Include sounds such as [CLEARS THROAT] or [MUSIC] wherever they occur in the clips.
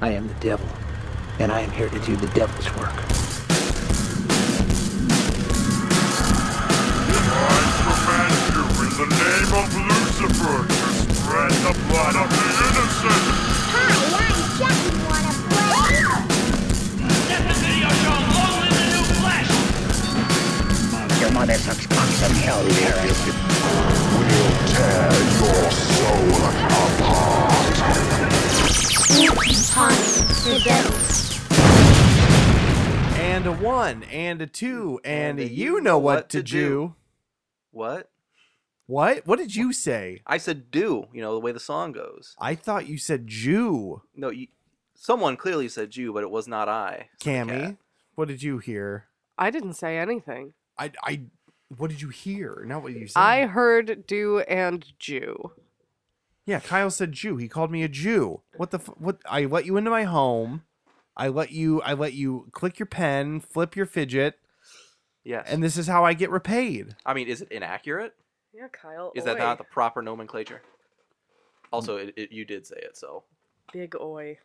I am the devil, and I am here to do the devil's work. I command you in the name of Lucifer to spread the blood of the innocent. Deputy O'Shaw, long live the new flesh! Your mother sucks cocks and hell, and a one and a two and, a you know what, to do. What? What? What did you say? I said do, you know, the way the song goes. I thought you said Jew, No, you, someone clearly said you, but it was not I. It's the Cammy. cat. What did you hear? I didn't say anything. I I what did you hear? Not what you said. I heard do and Jew. Yeah, Kyle said Jew. He called me a Jew. What the f- what I let you into my home. I let you I let you click your pen, flip your fidget, Yes. and this is how I get repaid. I mean, is it inaccurate? Yeah, Kyle. Is that not the proper nomenclature? Also, it, it, you did say it, so. big [LAUGHS] oi?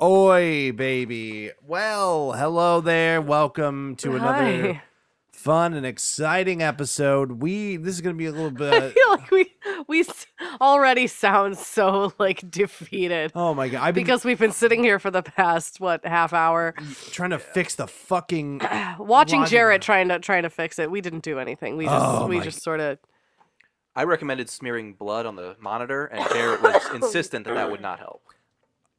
Oi, baby. Well, hello there. Welcome to another [LAUGHS] Hi. fun and exciting episode. We this is going to be a little I [LAUGHS] bit feel [LAUGHS] like we we s- already sound so like defeated Oh my god. I've been because we've been sitting here for the past what half hour trying to fix the fucking watching Logic. Jarrett trying to trying to fix it. We didn't do anything. We just Oh we my- just sort of I recommended smearing blood on the monitor, and Barrett [LAUGHS] was Oh. insistent that that would not help.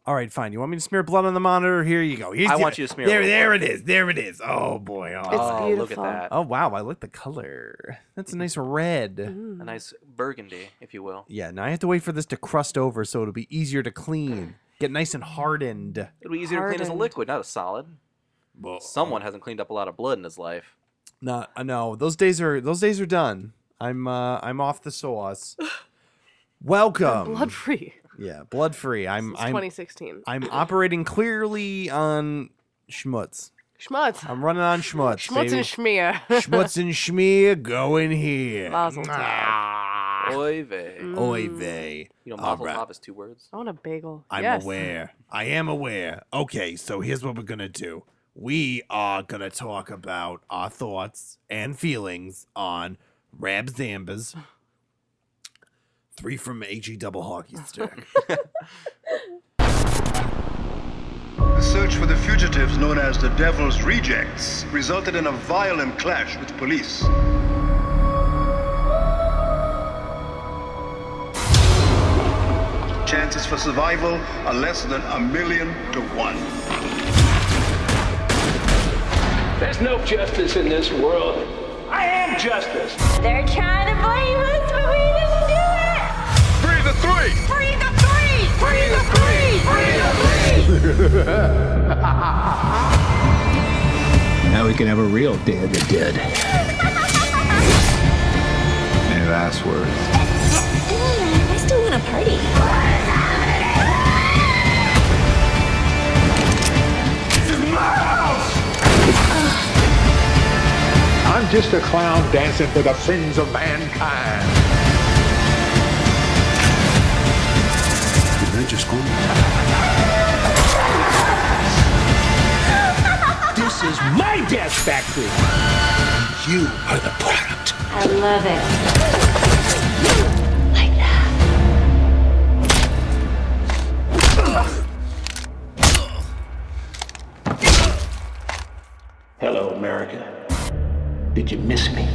All right, fine. You want me to smear blood on the monitor? Here you go. Here's I the- want you to smear There blood. there it is. There it is. Oh boy. Oh, oh, look at beautiful. that. Oh wow, I like the color. That's a nice red. Mm-hmm. A nice burgundy, if you will. Yeah, now I have to wait for this to crust over so it'll be easier to clean. Get nice and hardened. It'd be easier to clean as a Hardened. liquid, not a solid. um, Someone hasn't cleaned up a lot of blood in his life. No, uh, no, those days are those days are done. I'm uh I'm off the [SIGHS] sauce. Welcome. blood free. yeah, blood free. I'm It's I'm 2016. I'm operating clearly on schmutz. Schmutz. I'm running on schmutz. Schmutz baby. and [LAUGHS] Schmier. schmutz and schmear go in here. Mazel tov. Mm. Ah, Oy vey. Oy vey. You know, All mazel right. tov is two words. I want a bagel. I'm yes. aware. I am aware. Okay, so here's what we're going to do. We are going to talk about our thoughts and feelings on Rab [SIGHS] Zambas. Three from AG Double Hockey [LAUGHS] Stick. The search for the fugitives known as the Devil's Rejects resulted in a violent clash with police. Chances for survival are less than a million to one. There's no justice in this world. I am justice. They're trying to blame us, but we didn't do it! Free the three! Free the free! Free the free! Free the free! [LAUGHS] Now we can have a real Day of the [LAUGHS] Dead. And that's worth. I still want to party. I'm just a clown dancing for the sins of mankind. This is my death factory. I love it. Hello, America. Did you miss me?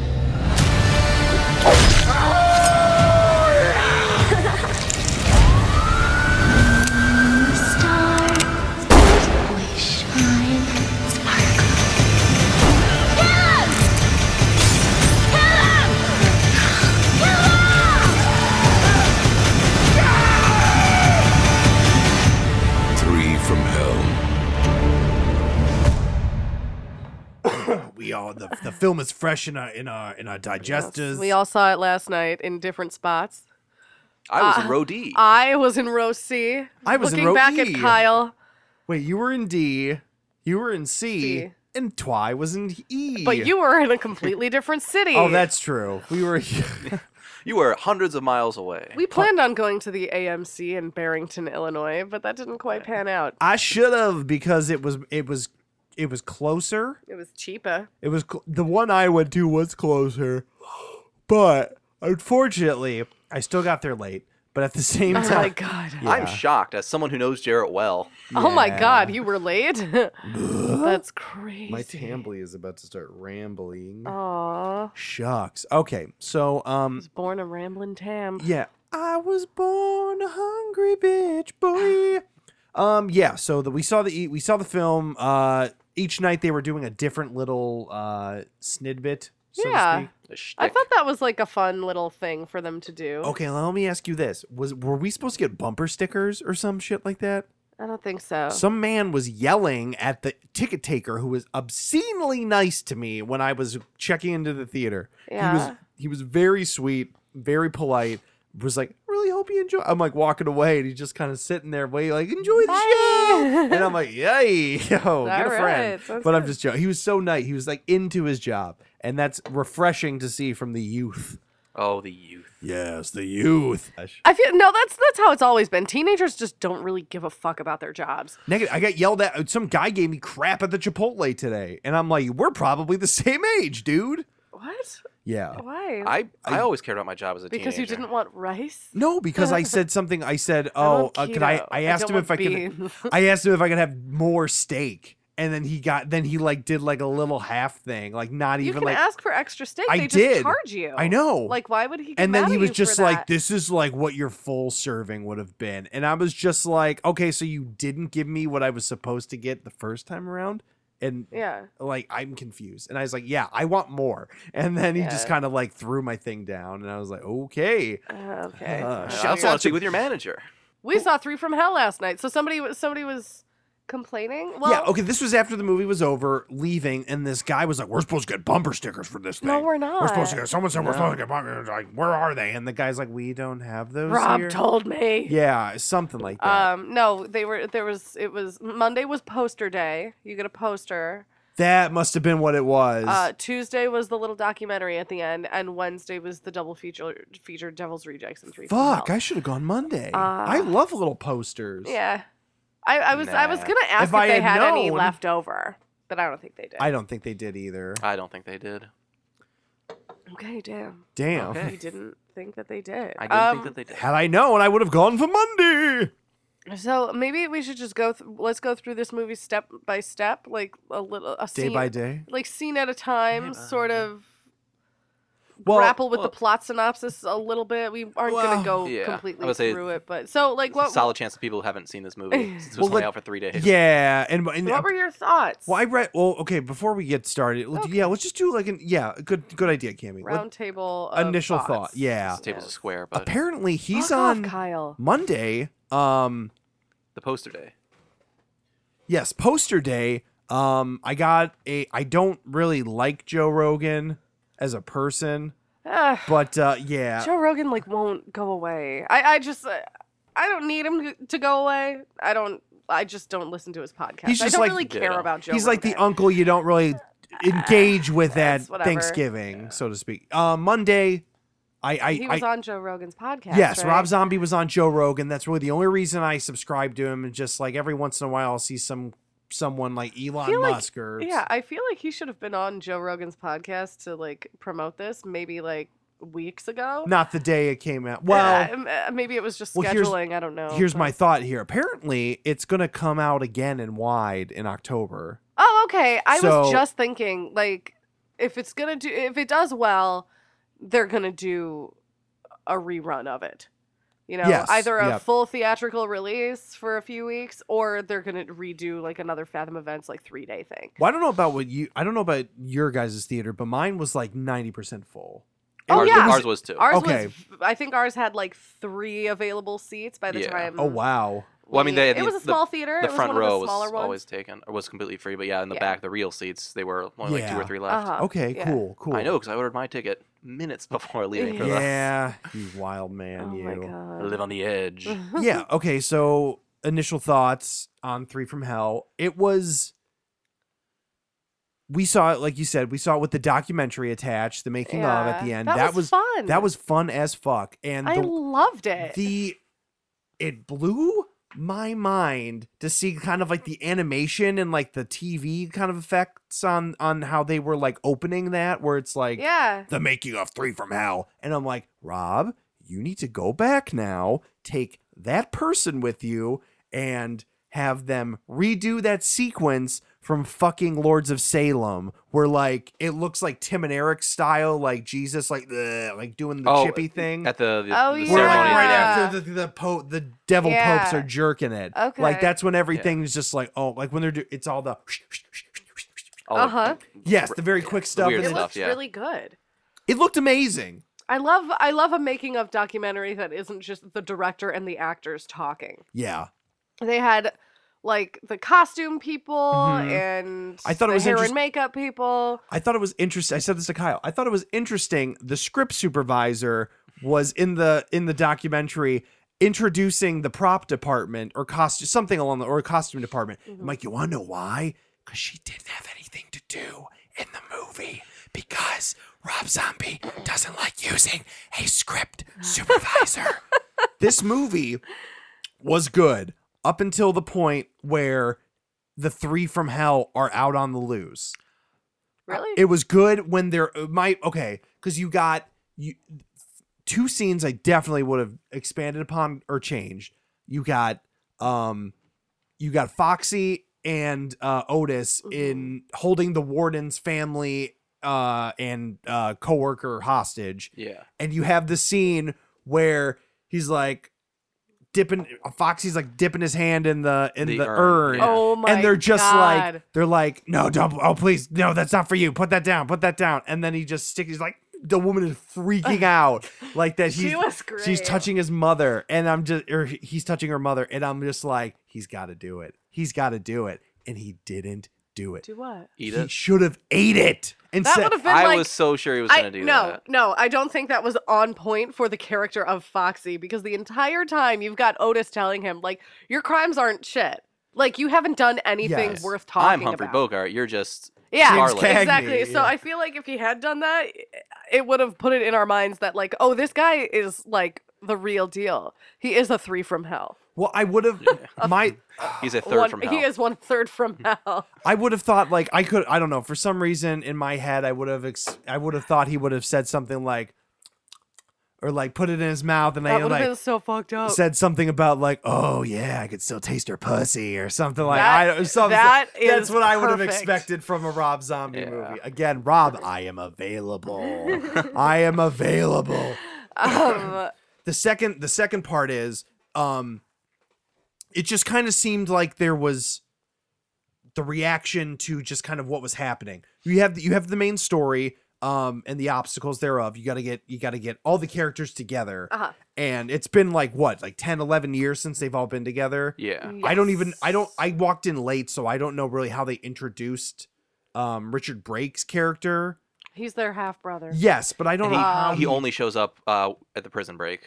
Three from hell. we all the, the film is fresh in our in our in our digestives. We all saw it last night in different spots. I was Uh, in row D. I was in row C. I was in looking row back E. at Kyle. Wait, you were in D, you were in C, C. and Twi was in E. But you were in a completely different city. Oh, that's true. We were. [LAUGHS] You were hundreds of miles away. We planned on going to the AMC in Barrington, Illinois, but that didn't quite pan out. I should have because it was it was it was closer. It was [LAUGHS] cheaper. It was cl- the one I went to was closer, but unfortunately, I still got there late. But at the same [LAUGHS] Oh my time, god. I'm shocked as someone who knows Jarrett well. Oh my Yeah. god, you were late? That's crazy. My Tambly is about to start rambling. Aw. shucks. Okay, so um, Born a rambling tam. Yeah. I was born a hungry bitch boy. [SIGHS] Um yeah, so the, we saw the e, we saw the film uh each night they were doing a different little uh snidbit so to Yeah. speak. A I shtick. thought that was like a fun little thing for them to do. Okay, let me ask you this. Was were we supposed to get bumper stickers or some shit like that? I don't think so. Some man was yelling at the ticket taker who was obscenely nice to me when I was checking into the theater. He was Yeah. he was very sweet, very polite. Was like, really hope you enjoy. I'm like walking away, and he's just kind of sitting there, waiting, like, enjoy the show. And I'm like, yay, yo, get a friend. right, sounds but I'm just joking. He was so nice. He was like into his job, and that's refreshing to see from the youth. Oh, the youth. Yes, the youth. I feel no, that's that's how it's always been. Teenagers just don't really give a fuck about their jobs. Negative. I got yelled at. Some guy gave me crap at the Chipotle today, and I'm like, we're probably the [LAUGHS] same age, dude. What? Yeah. Why? I, I always cared about my job as a because teenager. you didn't want rice? No, because I said something. I [LAUGHS] said, "Oh, want uh, could I?" keto. I I asked don't him if I want could. beans. [LAUGHS] I asked him if I could have more steak, and then he got. Then he like did like a little half thing, like not You even can like. ask for extra steak. I they just did. charge you. I know. Like why would he get and then mad he at was you for just like, that? "This is like what your full serving would have been," and I was just like, "Okay, so you didn't give me what I was supposed to get the first time around." And Yeah. like I'm confused. And I was like, yeah, I want more. And then he just Yeah. kind of like threw my thing down and I was like, okay. [LAUGHS] Uh, okay. Uh, I shouts also want out to speak to with your manager. We saw three from hell last night. So somebody was somebody was complaining. Well, Yeah, okay, this was after the movie was over, leaving, and this guy was like, We're supposed to get bumper stickers for this thing. No, we're We're supposed to not." get someone said we're supposed to get bumper like, where are they? And the guy's like, We don't have those. Rob here." told me. Yeah, something like that. Um, no, they were there was it was Monday was poster day. You get a poster. that must have been what it was. Uh, Tuesday was the little documentary at the end, and Wednesday was the double feature featured Devil's Rejects and Three. From Fuck, Hell. I should have gone Monday. I love little posters. Uh, yeah, I, I was I was Nah. gonna ask If if, I they had had any known- left over, but I don't think they did. I don't think they did either. Uh, I don't think they did. okay, damn. Damn. Okay. You didn't think that they did. I didn't Um, think that they did. Had I known, I would have gone for Monday. So maybe we should just go. Th- let's go through this movie step by step, like a little a Day scene, by day? like scene at a time, sort of Well, grapple with well- the plot synopsis a little bit. We aren't Well- gonna go Yeah, I completely would say through it, but so like what? Solid chance that people haven't seen this [LAUGHS] movie since it was Well, only let- out for three days. Yeah, and, and What were your thoughts? well, I read. Well, okay. Before we get started, let- yeah, let's just do like an yeah. Good, good idea, Cammy. Let- round table? Of initial thoughts. thought. Yeah. This table's a Yes. square, but Apparently, he's Fuck off, on Kyle. Monday. Um, the poster day. yes, poster day. Um, I got a. I don't really like Joe Rogan as a person, Ugh, but uh, yeah, Joe Rogan like won't go away. I I just uh, I don't need him to go away. I don't. I just don't listen to his podcast. He's I just don't like- really care Ditto. about Joe. he's like the Rogan. Ah, uncle you don't really engage with at whatever. Thanksgiving, so to speak. Uh, Monday, I I He was I, on Joe Rogan's podcast. Yes, right? Rob Zombie was on Joe Rogan. That's really the only reason I subscribe to him. And just like every once in a while, I'll see some someone like Elon feel like- Musk or Yeah, I feel like he should have been on Joe Rogan's podcast to like promote this maybe like weeks ago. not the day it came out. Uh, Well, m- uh, maybe it was just well, here's- scheduling. I don't know. here's but- my thought here. Apparently, it's gonna come out again and wide in October. Oh, okay. I So- was just thinking like if it's gonna do if it does well, they're gonna do a rerun of it. You know, Yes, either a yep. full theatrical release for a few weeks, or they're gonna redo like another Fathom Events like three day thing. Well, I don't know about what you. I don't know about your guys' theater, but mine was like ninety percent full. Oh, ours, yeah. ours was too. Ours Okay. was, I think ours had like three available seats by the Yeah. time. Oh wow. Well, I mean, we- they had it the- was a the- small theater. the it was front one row of the was smaller ones. always taken or was completely free, but yeah, in the Yeah. back, the real seats they were only like two or Yeah. three left. Uh-huh. Okay. yeah. Cool. Cool. I know because I ordered my ticket minutes [LAUGHS] before leaving for the- Yeah. You wild man. Oh you. my I god. live on the edge. Mm-hmm. [LAUGHS] yeah. Okay. So initial thoughts on Three from Hell. It was we saw it, like you said, we saw it with the documentary attached, the making of at Yeah, the end. that That, was, was fun. That was fun as fuck. And I the, loved it. the it blew my mind to see kind of like the animation and like the TV kind of effects on on how they were like opening that where it's like Yeah. the making of 3 from hell and I'm like Rob you need to go back now take that person with you and have them redo that sequence from fucking Lords of Salem where like it looks like Tim and Eric style like Jesus like the like doing the Oh, chippy thing at the, the, Oh, the yeah. where like ceremony. right Yeah. after the the, po- the devil popes Yeah. are jerking it. Okay. Like that's when everything's just like oh like when they're do- it's all the All of- Uh-huh. yes the very quick stuff. weird and it, It stuff. looked, looks yeah. really good. it looked amazing. I love I love a making of documentary that isn't just the director and the actors talking. Yeah, They had like the costume people Mhm. and I thought it the was hair and interest- makeup people. I thought it was interesting. I said this to Kyle. I thought it was interesting. The script supervisor was in the in the documentary introducing the prop department or costume something along the or costume department. I'm like, you want to know why? Because she didn't have anything to do in the movie because Rob Zombie doesn't like using a script supervisor. this movie was good up until the point where the three from hell are out on the loose. Really? It was good when there my okay, because you got you two scenes I definitely would have expanded upon or changed. You got um you got Foxy and uh Otis Mm-hmm. in holding the warden's family uh and uh coworker hostage Yeah. and you have the scene where he's like dipping Foxy's like dipping his hand in the in The the, urn, urn. yeah. Oh my and they're just God. like they're like, no, don't oh please, no, that's not for you. Put that down, put that down. And then he just sticks he's like the woman is [LAUGHS] freaking out. Like that She he's was she's great. touching his mother and I'm just or he- he's touching her mother and I'm just like, he's gotta do it. He's gotta do it. And he didn't do it. Do what? Eat he it. should have ate it. And That said- would have been I like was so sure he was I- gonna do no, that. no, I don't think that was on point for the character of Foxy because the entire time you've got Otis telling him like your crimes aren't shit. Like you haven't done anything Yes. worth I'm talking Humphrey about. Bogart. You're just Yeah, James Cagney, exactly. So yeah. I feel like if he had done that, it would have put it in our minds that like, oh, this guy is like the real deal. He is a three from hell. well, I would [LAUGHS] have my he's a third one, from hell. He is one third Hmm. from [LAUGHS] hell. I would have thought like I could I don't know for some reason in my head I would have ex- I would have thought he would have said something like or like put it in his mouth and that I would have been like so fucked up. said something about like oh yeah I could still taste her pussy or something like That- I don't something that that's is what I would have perfect. expected from a Rob Zombie Yeah. movie again Rob I am [LAUGHS] available I am available um, [CLEARS THROAT] the second the second part is um it just kind of seemed like there was the reaction to just kind of what was happening you have the, you have the main story um and the obstacles thereof you got to get you got to get all the characters together Uh-huh. and it's been like what like 10 11 years since they've all been together yeah. I don't even I don't I walked in late so I don't know really how they introduced um Richard Brake's character. he's their half brother. Yes, but I don't And know he, how he only shows up uh, at the prison break.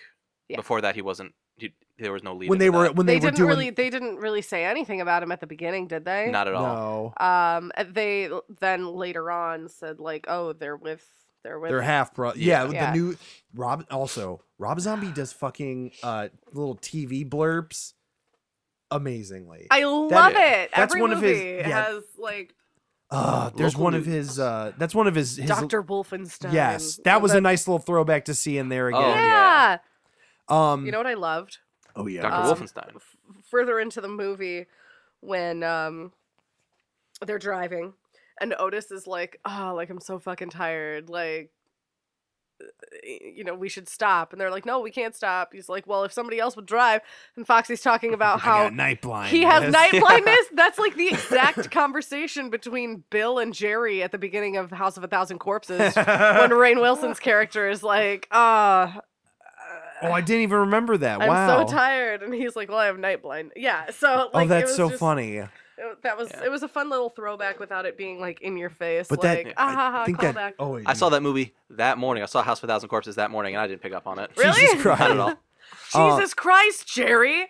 Yeah. Before that, he wasn't. He, there was no lead. when they into were that. when they, they, were didn't doing really they didn't really say anything about him at the beginning, did they? not at all. no um and they l- then later on said like, "Oh, they're with they're with They're half bro. Yeah. Yeah, with Yeah. the new Rob. Also, Rob Zombie does fucking uh little TV blurbs amazingly. I love it. that's Every one of movie his- yeah. has like uh, there's Local one of news. his. uh That's one of his. his Dr. Wolfenstein. Yes, that was a the- nice little throwback to see in there Oh, again. yeah. Um. You know what I loved? oh yeah. Dr. Um, Wolfenstein. f- further into the movie when um they're driving and Otis is like, "Oh, like I'm so fucking tired. Like uh, you know, we should stop." And they're like, "No, we can't stop." He's like, "Well, if somebody else would drive." And Foxy's talking about I how got night blind. [LAUGHS] he has night Yeah. blindness. That's like the exact [LAUGHS] conversation between Bill and Jerry at the beginning of House of a Thousand Corpses when Rain Wilson's character is like, "Ah, oh, I didn't even remember that. I'm wow. so tired, and he's like, "Well, I have night blind." Yeah, so Oh, like, it that's was so just- funny. it- that was Yeah. it was a fun little throwback without it being like in your face, But like that ah, ha, I ha, think callback. that. Oh, I saw that movie that morning. I saw House of a Thousand Corpses that morning, and I didn't pick up on it. Really? [LAUGHS] Jesus Christ. Not at all. Uh, Jesus Christ, Jerry.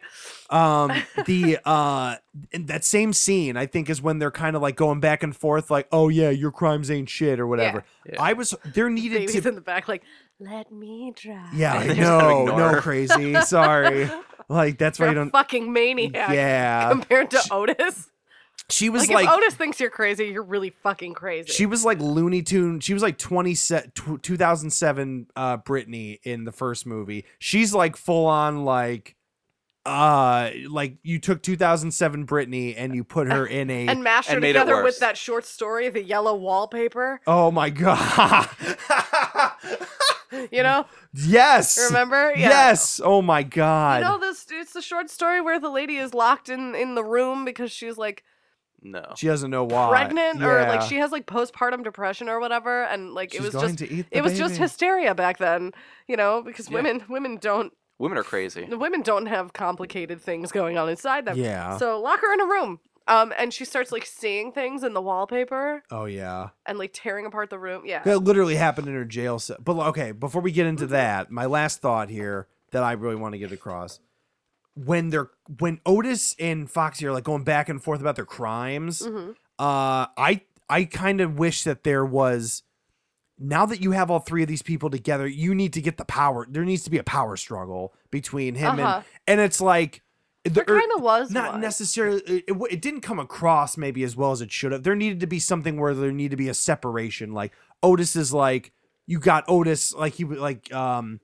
um [LAUGHS] the uh in that same scene i think is when they're kind of like going back and forth like oh yeah your crimes ain't shit or whatever i was there needed Baby's to in the back, like, let me [LAUGHS] [LAUGHS] drive. yeah I They just gotta know, ignore no her. crazy [LAUGHS] sorry like that's why You're you a don't fucking maniac. Yeah. Compared to Otis. she [LAUGHS] was Like, oh, like if Otis thinks you're crazy, you're really fucking crazy. she was like Looney Tune. She was like 20 se- tw- 2007 uh Britney in the first movie. She's like full on like uh like you took 2007 Britney and you put her in a [LAUGHS] and mashed her and made it together with worse. that short story, the yellow wallpaper. Oh my god. [LAUGHS] You know, yes. remember? Yeah. Mm. Yes. Oh my god. You know this? It's the short story where the lady is locked in in the room because she's like No. she doesn't know why. pregnant or like Yeah. she has like postpartum depression or whatever, and like She's it was going just to eat the it was just baby. hysteria back then. You know, because Yeah. women women don't Women are crazy. the women don't have complicated things going on inside them. Yeah. So lock her in a room. Um, and she starts like seeing things in the wallpaper Oh yeah. and like tearing apart the room. Yeah. That literally happened in her jail cell. But okay, before we get into that, my last thought here that I really want to get across. When they're when Otis and Foxy are like going back and forth about their crimes, uh I I kind of wish that there was now that you have all three of these people together, you need to get the power. There needs to be a power struggle between him Uh-huh. and and it's like the, er, There kinda was not one. necessarily. It, it, w- it didn't come across maybe as well as it should have. There needed to be something where there needed to be a separation. Like Otis is like you got Otis like he w- like um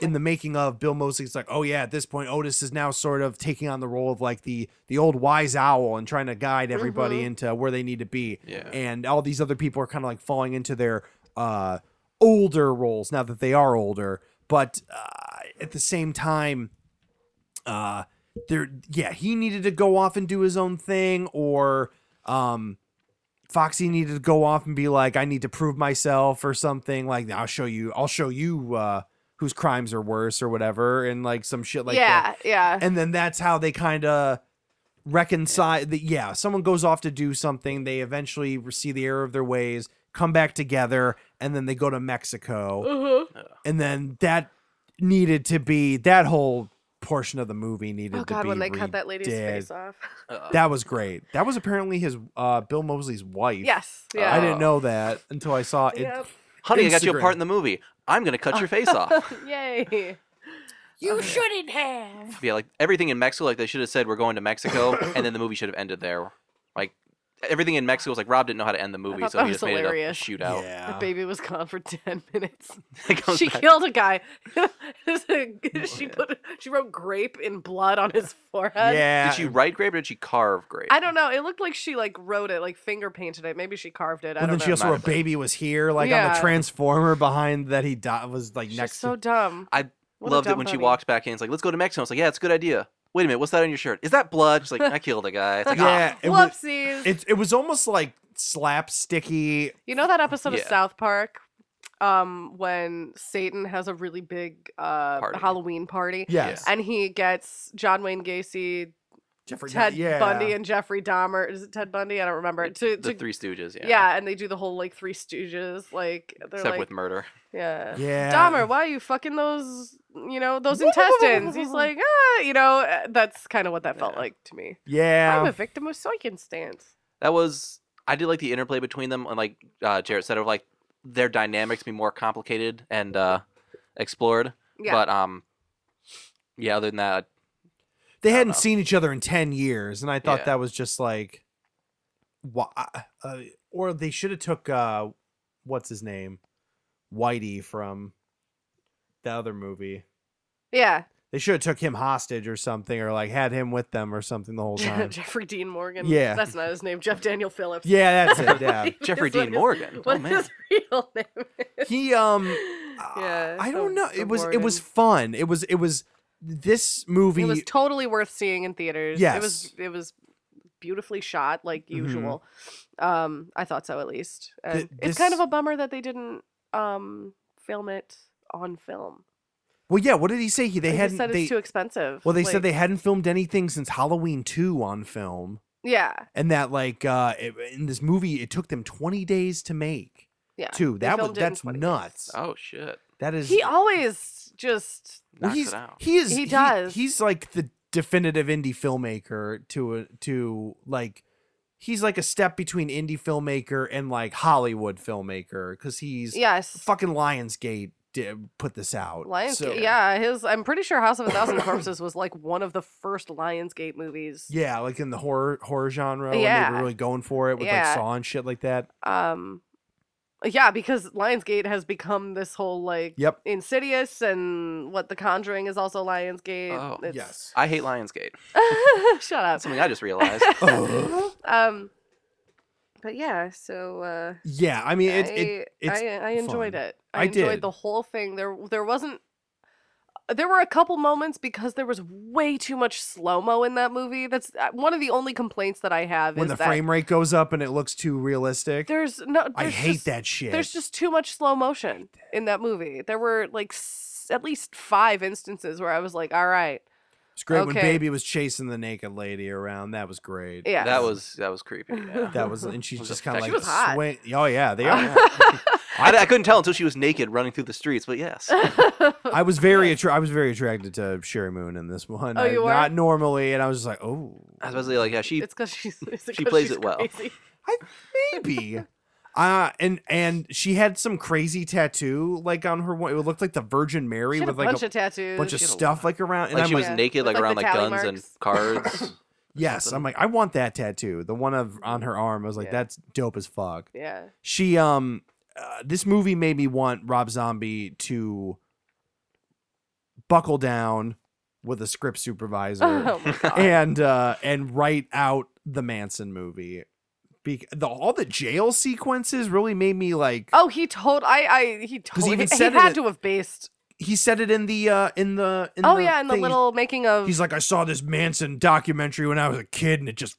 in the making of Bill Mosley's like, oh yeah, at this point Otis is now sort of taking on the role of like the the old wise owl and trying to guide everybody into where they need to be. Yeah. And all these other people are kind of like falling into their uh older roles now that they are older, but uh, at the same time uh there yeah, he needed to go off and do his own thing or um Foxy needed to go off and be like, I need to prove myself or something. Like, I'll show you, I'll show you uh, whose crimes are worse or whatever, and like some shit like yeah. that. Yeah. And then that's how they kind of reconcile. The, yeah, someone goes off to do something. They eventually see the error of their ways, come back together, and then they go to Mexico. Mm-hmm. And then that needed to be that whole portion of the movie needed to oh God, be when they cut that lady's redid. face off. That was great. That was apparently his uh, Bill Mosley's wife. yes. Yeah. I didn't know that until I saw it. Yep. Honey, I got you Instagram. a part in the movie. I'm gonna cut your [LAUGHS] face off. Yay. You shouldn't have. Yeah, like everything in Mexico, like they should have said we're going to Mexico, and then the movie should have ended there. Like everything in Mexico was like Rob didn't know how to end the movie, thought so that he was just made hilarious. it a shootout. [LAUGHS] The Yeah. baby was gone for [LAUGHS] ten minutes. It goes she back- killed a guy. [LAUGHS] Oh, she put she wrote grape in blood on his forehead. Yeah. Did she write grape or did she carve grape? I don't know. It looked like she like wrote it, like finger painted it. Maybe she carved it. And I don't then know. she also Might wrote have been. baby was here, like on the Yeah. transformer behind that he died was like She's next so to dumb. I What a loved it dumb when she bunny. walked back in. It's like, let's go to Mexico. It's like, yeah, it's a good idea. Wait a minute, what's that on your shirt? Is that blood? [LAUGHS] She's like, I killed a guy. It's like, Yeah. It was, "Ah, Whoopsies. it, it was almost like slapsticky. you know that episode of Yeah. South Park um when Satan has a really big uh Party. Halloween party Yes. and he gets John Wayne Gacy, Jeffrey Ted yeah. Bundy and Jeffrey Dahmer. Is it Ted Bundy? I don't remember. To, "Ah, the to Three Stooges. Yeah. yeah. and they do the whole like Three Stooges like they're Except like with murder. yeah Yeah. uh, Dahmer, why are you fucking those, you know, those [LAUGHS] intestines? He's like, ah, you know, uh, that's kind of what that felt Yeah. like to me. I'm a Yeah. victim of circumstance. That was I did like the interplay between them and like uh, Jarrett said of like their dynamics be more complicated and uh, explored. Yeah. But um, yeah. Other than that, They hadn't seen each other in 10 years and I thought Yeah. that was just like why uh, or they should have took uh what's his name? Whitey from the other movie. yeah. They should have took him hostage or something or like had him with them or something the whole [LAUGHS] time. Jeffrey Dean Morgan. Yeah. That's not his name. Jeff Daniel Phillips. [LAUGHS] yeah, that's it. Yeah. Jeffrey Is what Dean his- [LAUGHS] Morgan. What oh man. his real name is. he um Yeah, i the- don't know the it was it was Warden. fun it was it was this movie It was totally worth seeing in theaters. It was, Yes. Mm-hmm. it was beautifully shot like usual. Um, I thought so at least. And Th- it's kind of this- a bummer that they didn't, um, film it on film. well yeah what did he say he they They hadn't said they it's too expensive. well they Like- said they hadn't filmed anything since halloween 2 on film Yeah, and that like uh it, in this movie it took them 20 days to make yeah. too They that was filmed it in that's 20 days. nuts Oh shit. That is He always just Well, he's, He is. He does. he's like the definitive indie filmmaker to a, to like. He's like a step between indie filmmaker and like Hollywood filmmaker because he's Yes. fucking Lionsgate did, put this out. Lions, so- yeah, his. I'm pretty sure House of a Thousand Corpses was like one of the first Lionsgate movies. yeah, like in the horror horror genre. when they Yeah. were really going for it with Yeah. like Saw and shit like that. Um, yeah, because Lionsgate has become this whole like Yep. Insidious and what The Conjuring is also Lionsgate. Oh, It's- yes. I hate Lionsgate. [LAUGHS] Shut up. That's something I just [LAUGHS] realized. Um, but yeah, so uh, Yeah, I mean, it, I, it it's I, I enjoyed fun. it. I enjoyed did. the whole thing. There there wasn't uh, there were a couple moments because there was way too much slow mo in that movie. That's uh, one of the only complaints that I have when is the that frame rate goes up and it looks too realistic. there's no. I there's hate just- that shit. There's just too much slow motion in that movie. There were like s- at least five instances where I was like, "All right, It's great when Okay. Baby was chasing the naked lady around. That was great. Yeah. That was that [LAUGHS] was creepy. yeah. [LAUGHS] That was, and she's [LAUGHS] Was just it- kind of she like was hot. swing. Oh yeah, [LAUGHS] [LAUGHS] they are. I, I couldn't tell until she was naked running through the streets, but [LAUGHS] yes. Oh, I was very attra- I was very attracted to Sherry Moon in this one. Oh, I- you were? Not normally, and I was just like, oh, I was like, yeah, she it's because she's [LAUGHS] it's She 'cause plays she's it well. [LAUGHS] crazy. maybe. Uh, and and she had some crazy tattoo like on her. wa- It looked like the Virgin Mary She had a with like bunch a of tattoos. bunch of She had a stuff like around. And like I'm she was like, Yeah. naked With, like, like, around the like tally guns and marks. [LAUGHS] cards. yes, I'm like, I want that tattoo. The one of on her arm. I was like, Yeah. that's dope as fuck. Yeah. [LAUGHS] [LAUGHS] she um uh, this movie made me want Rob Zombie to buckle down with a script supervisor [LAUGHS] Oh my god. and uh and write out the Manson movie. Be- the all the jail sequences really made me like [LAUGHS] Oh, he told I I he told even he, said it had at- to have based. he said it in the uh in the in oh the yeah, in the thing. little making of He's like I saw this Manson documentary when I was a kid and it just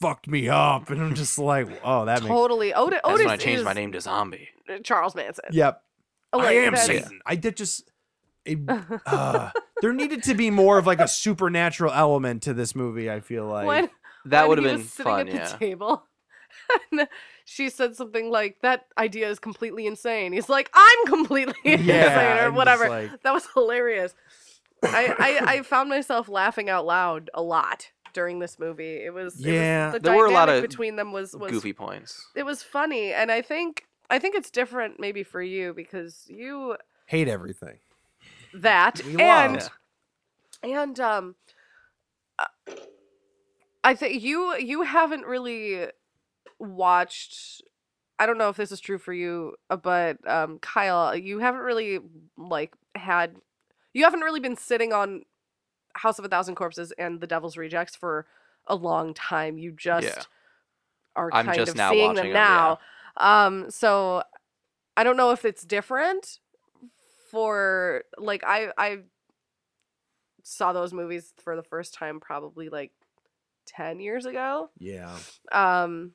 fucked me up and I'm just like oh that makes totally Otis. That's Otis when I changed is my name to Zombie. Charles Manson. Yep. I Like, am that's- Satan. I did just. it- uh, there needed to be more of like a supernatural element to this movie. I feel like [LAUGHS] When [LAUGHS] That when would have he been was sitting fun, at the yeah. table. [LAUGHS] And she said something like, "That idea is completely insane." He's like, "I'm completely [LAUGHS] insane," I'm or just whatever. like- That was [LAUGHS] hilarious. I, I I found myself laughing out loud a lot during this movie. It was it was- Yeah. the There were a lot dynamic of between them was was Goofy points. it was funny and i think i think it's different maybe for you because you hate everything. that We and loved. and um uh, i think you you haven't really watched i don't know if this is true for you uh, but um kyle you haven't really like had you haven't really been sitting on house of a thousand corpses and the devil's rejects for a long time you just Yeah. are I'm kind just of now seeing watching them 'em, now um so i don't know if it's different for like i i saw those movies for the first time probably like 10 years ago Yeah, um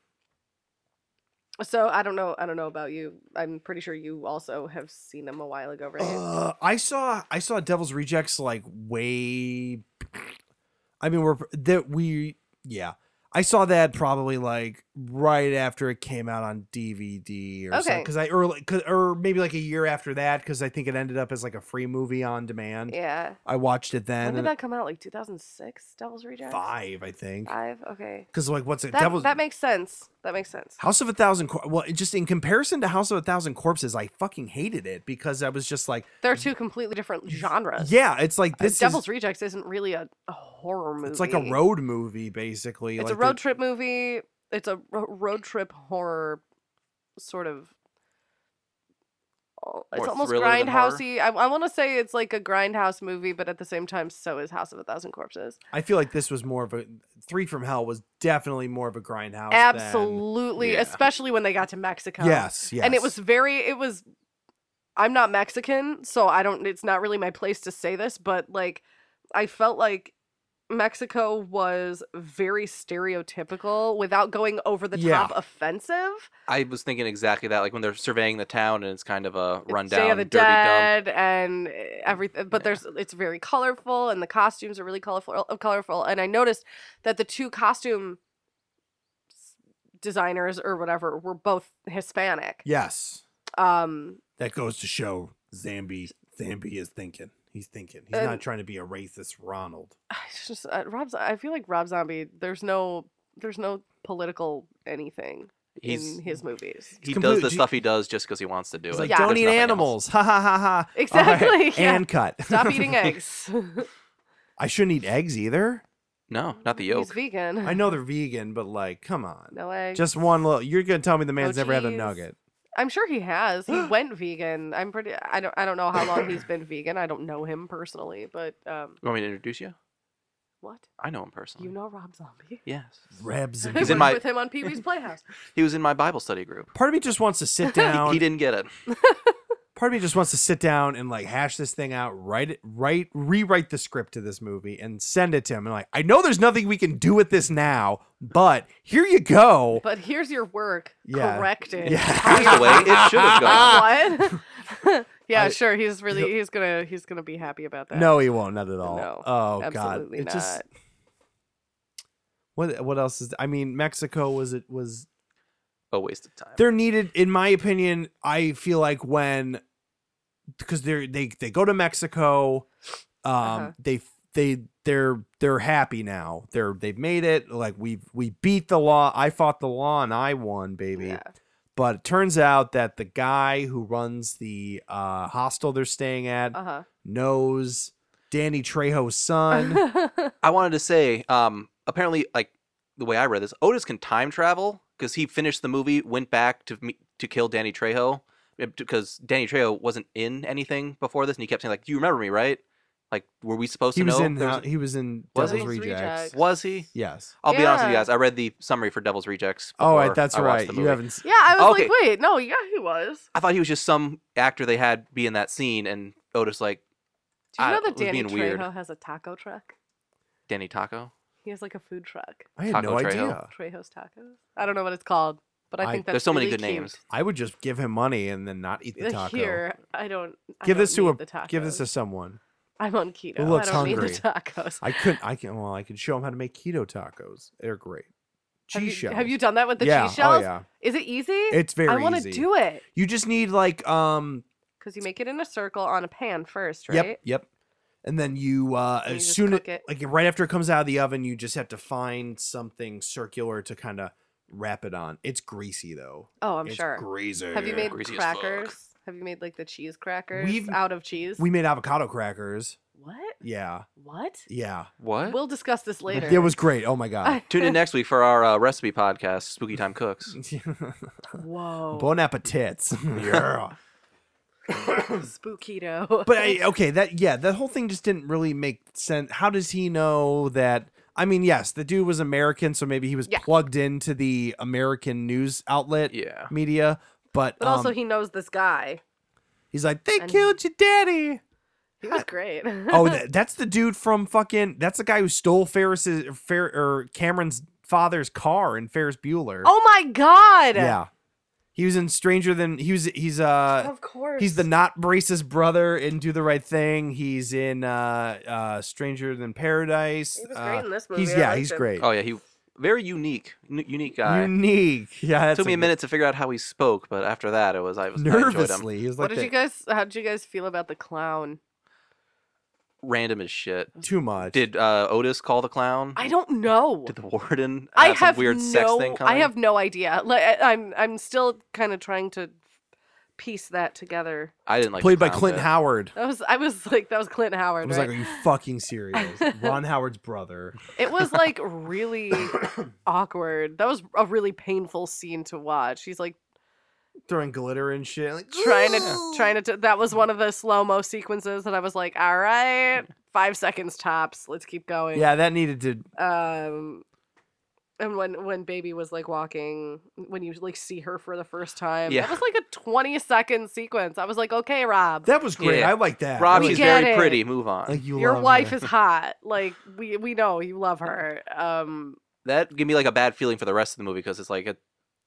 so i don't know i don't know about you i'm pretty sure you also have seen them a while ago right uh, I saw I saw Devil's Rejects like way. I mean, we're that we yeah. I saw that probably like right after it came out on DVD or something Okay. because I early cause, or maybe like a year after that because I think it ended up as like a free movie on demand. yeah I watched it then. when did and that come out like 2006 devil's rejects five, I think. five okay Because like, what's it? that, Devil's that makes sense that makes sense House of a Thousand. Cor- well, it just in comparison to House of a Thousand Corpses, I fucking hated it because I was just like, they're two completely different genres yeah, it's like The this Uh, devil's is. rejects isn't really a, a horror movie It's like a road movie, basically. it's like a road the- trip movie it's a ro- road trip horror sort of al- it's More almost thriller than horror? grindhousey i, I want to say it's like a grindhouse movie but at the same time so is house of a thousand corpses I feel like this was more of a Three from Hell was definitely more of a grindhouse. than- absolutely Yeah. especially when they got to mexico Yes, yes. and it was very it was i'm not mexican so i don't it's not really my place to say this but like i felt like mexico was very stereotypical without going over the Yeah. top offensive I was thinking exactly that, like when they're surveying the town and it's kind of a It's rundown, Day of the dirty dump. Dead and everything. But there's it's very colorful, and the costumes are really colorful. uh, Colorful, and I noticed that the two costume s- designers or whatever were both Hispanic. yes. Um, That goes to show Zambi Zambi is thinking. He's thinking. He's And- not trying to be a racist Ronald. It's just uh, Rob's. I feel like Rob Zombie. There's no. There's no political anything He's- in [LAUGHS] his movies. He complete- does the do- stuff he does just because he wants to do it. It's like Yeah. don't There's eat nothing animals. [LAUGHS] Ha ha ha ha. All right, Exactly. yeah. And cut. [LAUGHS] Stop eating eggs. [LAUGHS] I shouldn't eat eggs [SIGHS] either. No, not the He's yolk. vegan. I know they're vegan, but like, come on. No eggs. Just one little. You're gonna tell me the man's No never had a cheese. [LAUGHS] nugget? I'm sure he has. [GASPS] He went vegan. I'm pretty. I don't. I don't know how long he's been vegan. I don't know him personally, but um, You want me to introduce you? what I know him personally. you know, Rob Zombie. Yes. Rebs. I He's worked in my. with him on [LAUGHS] Pee Wee's Playhouse. He was in my Bible study group. Part of me just wants to sit [LAUGHS] He- down. He didn't get it. Part of me just wants to sit down and like hash this thing out, write it, write, rewrite the script to this movie, and send it to him. And like, I know there's nothing we can do with this now, but here you go. But here's your work. [LAUGHS] Yeah. Ah! Corrected. [LAUGHS] Here's the way it should have gone. what? [LAUGHS] yeah, I- sure. He's really. He's gonna. He's gonna be happy about that. No, he won't. Not at all. No, oh God. absolutely It not. just- what what else is? I mean, Mexico was it was A waste of time. they're needed in my opinion i feel like when because they're they they go to mexico um Uh-huh. they they they're they're happy now they're they've made it like we we beat the law i fought the law and i won baby Yeah. but it turns out that the guy who runs the uh hostel they're staying at Uh knows danny trejo's son [LAUGHS] huh. I wanted to say, um, apparently, like the way I read this, Otis can time travel because he finished the movie, went back to meet, to kill Danny Trejo because Danny Trejo wasn't in anything before this, and he kept saying like, "Do you remember me? Right? Like, were we supposed he to was know?" in there uh, was a- he was in Was he? devil's Devil's rejects Rejects. was he? yes I'll be honest with you Yeah. guys. I read the summary for Devil's Rejects. oh before right that's I watched right the you movie. haven't s- yeah, I was Okay. like, wait, no, yeah, he was. I thought he was just some actor they had be in that scene, and Otis like Do you I- know it that was Danny being Trejo weird. has a taco truck? Danny Taco. He has like a food truck. i had Taco no Trejo. idea Trejo's Tacos. I don't know what it's called, but I, I- think that's There's so many really good cute. names. I would just give him money and then not eat the The taco. Uh, Here, I don't. I give don't this to need a the tacos. give this to someone. I'm on keto. who looks I don't hungry. need the tacos. I couldn't. I can. Well, I could show him how to make keto tacos. They're great. have, Cheese you, shells. have you done that with the yeah. cheese shells? Oh yeah. Is it easy? It's very I want easy. to do it You just need like um. because you make it in a circle on a pan first, right? Yep. Yep. And then you uh And you as just soon as cook it. like right after it comes out of the oven, you just have to find something circular to kind of wrap it on. It's greasy though. Oh, I'm it's sure. Greasy. Have you made Greasy as fuck. crackers? Have you made like the cheese crackers We've- out of cheese? We made avocado crackers. what? Yeah. What? Yeah. What? [LAUGHS] We'll discuss this later. [LAUGHS] It was great. Oh my god. [LAUGHS] Tune in next week for our uh, recipe podcast, Spooky Time Cooks. [LAUGHS] [LAUGHS] Whoa. [LAUGHS] Bon appetits. [LAUGHS] yeah. Spookito. [LAUGHS] But I, okay, that yeah, that whole thing just didn't really make sense. How does he know that? I mean, yes, the dude was American, so maybe he was Yeah. plugged into the American news outlet Yeah. media. But, [LAUGHS] but also um, he knows this guy. he's like, they and- killed your daddy. He was [LAUGHS] great. [LAUGHS] oh, tha- that's the dude from fucking. That's the guy who stole Ferris's Fer or Cameron's father's car in Ferris Bueller. oh my god. yeah, he was in Stranger Than he was. He's uh Of course. He's the not racist brother in Do the Right Thing. He's in uh, uh, Stranger Than Paradise. He was Uh, great in this movie. He's I yeah, liked he's him. great. Oh yeah, he very unique, n- unique guy. Unique. Yeah, It that's took me a minute to figure out how he spoke, but after that, it was I was I enjoyed him. Nervously, he was like what did that- you guys? How did you guys feel about the clown? Random as shit. too much. Did uh, Otis call the clown? I don't know. Did the warden? I some have weird no. sex thing coming. I have no idea. Like I- I'm. I'm still kind of trying to piece that together. I didn't like. Played the by clown Clint bit. Howard. I was. I was [LAUGHS] like that was Clint I Howard. was right? like, are you fucking serious? [LAUGHS] Ron Howard's brother. [LAUGHS] It was like [COUGHS] really awkward. That was a really painful scene to watch. He's like Throwing glitter and shit. Like, trying to trying to. that was one of the slow mo sequences, and I was like, all right, five seconds tops. Let's keep [LAUGHS] going. yeah, that needed to. Um, and when when baby was like walking, when you like see her for the first time, Yeah. that was like a twenty second sequence. I was like, okay, Rob, That was great. Yeah. I like that. I Rob, We she's like, get very it. pretty. Move on. like you your love wife her. is hot. Like we we know you love her. Um, that gave me like a bad feeling for the rest of the movie because it's like, a,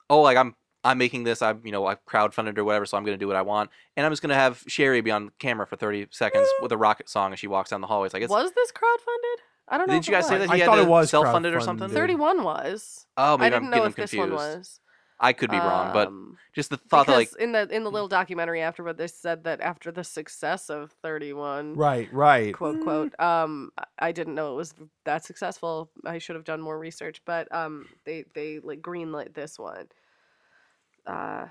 oh, like I'm I'm making this. I'm you know I crowdfunded or whatever, so I'm gonna do what I want, and I'm just gonna have Sherry be on camera for 30 seconds Mm. with a rocket song as she walks down the hallway. It's like, it's, was this crowdfunded? I don't know. didn't if you it guys say was. that I he thought had it to was self-funded or something? crowdfunded. Thirty one was. Oh, maybe I didn't am know getting if confused. this one was. I could be wrong, but Um, just the thought that like Mm. because in the in the little documentary afterward, they said that after the success of Thirty One, Right, right. quote quote, Mm. um, I- I didn't know it was that successful. I should have done more research, but um, they they like greenlit this one, uh,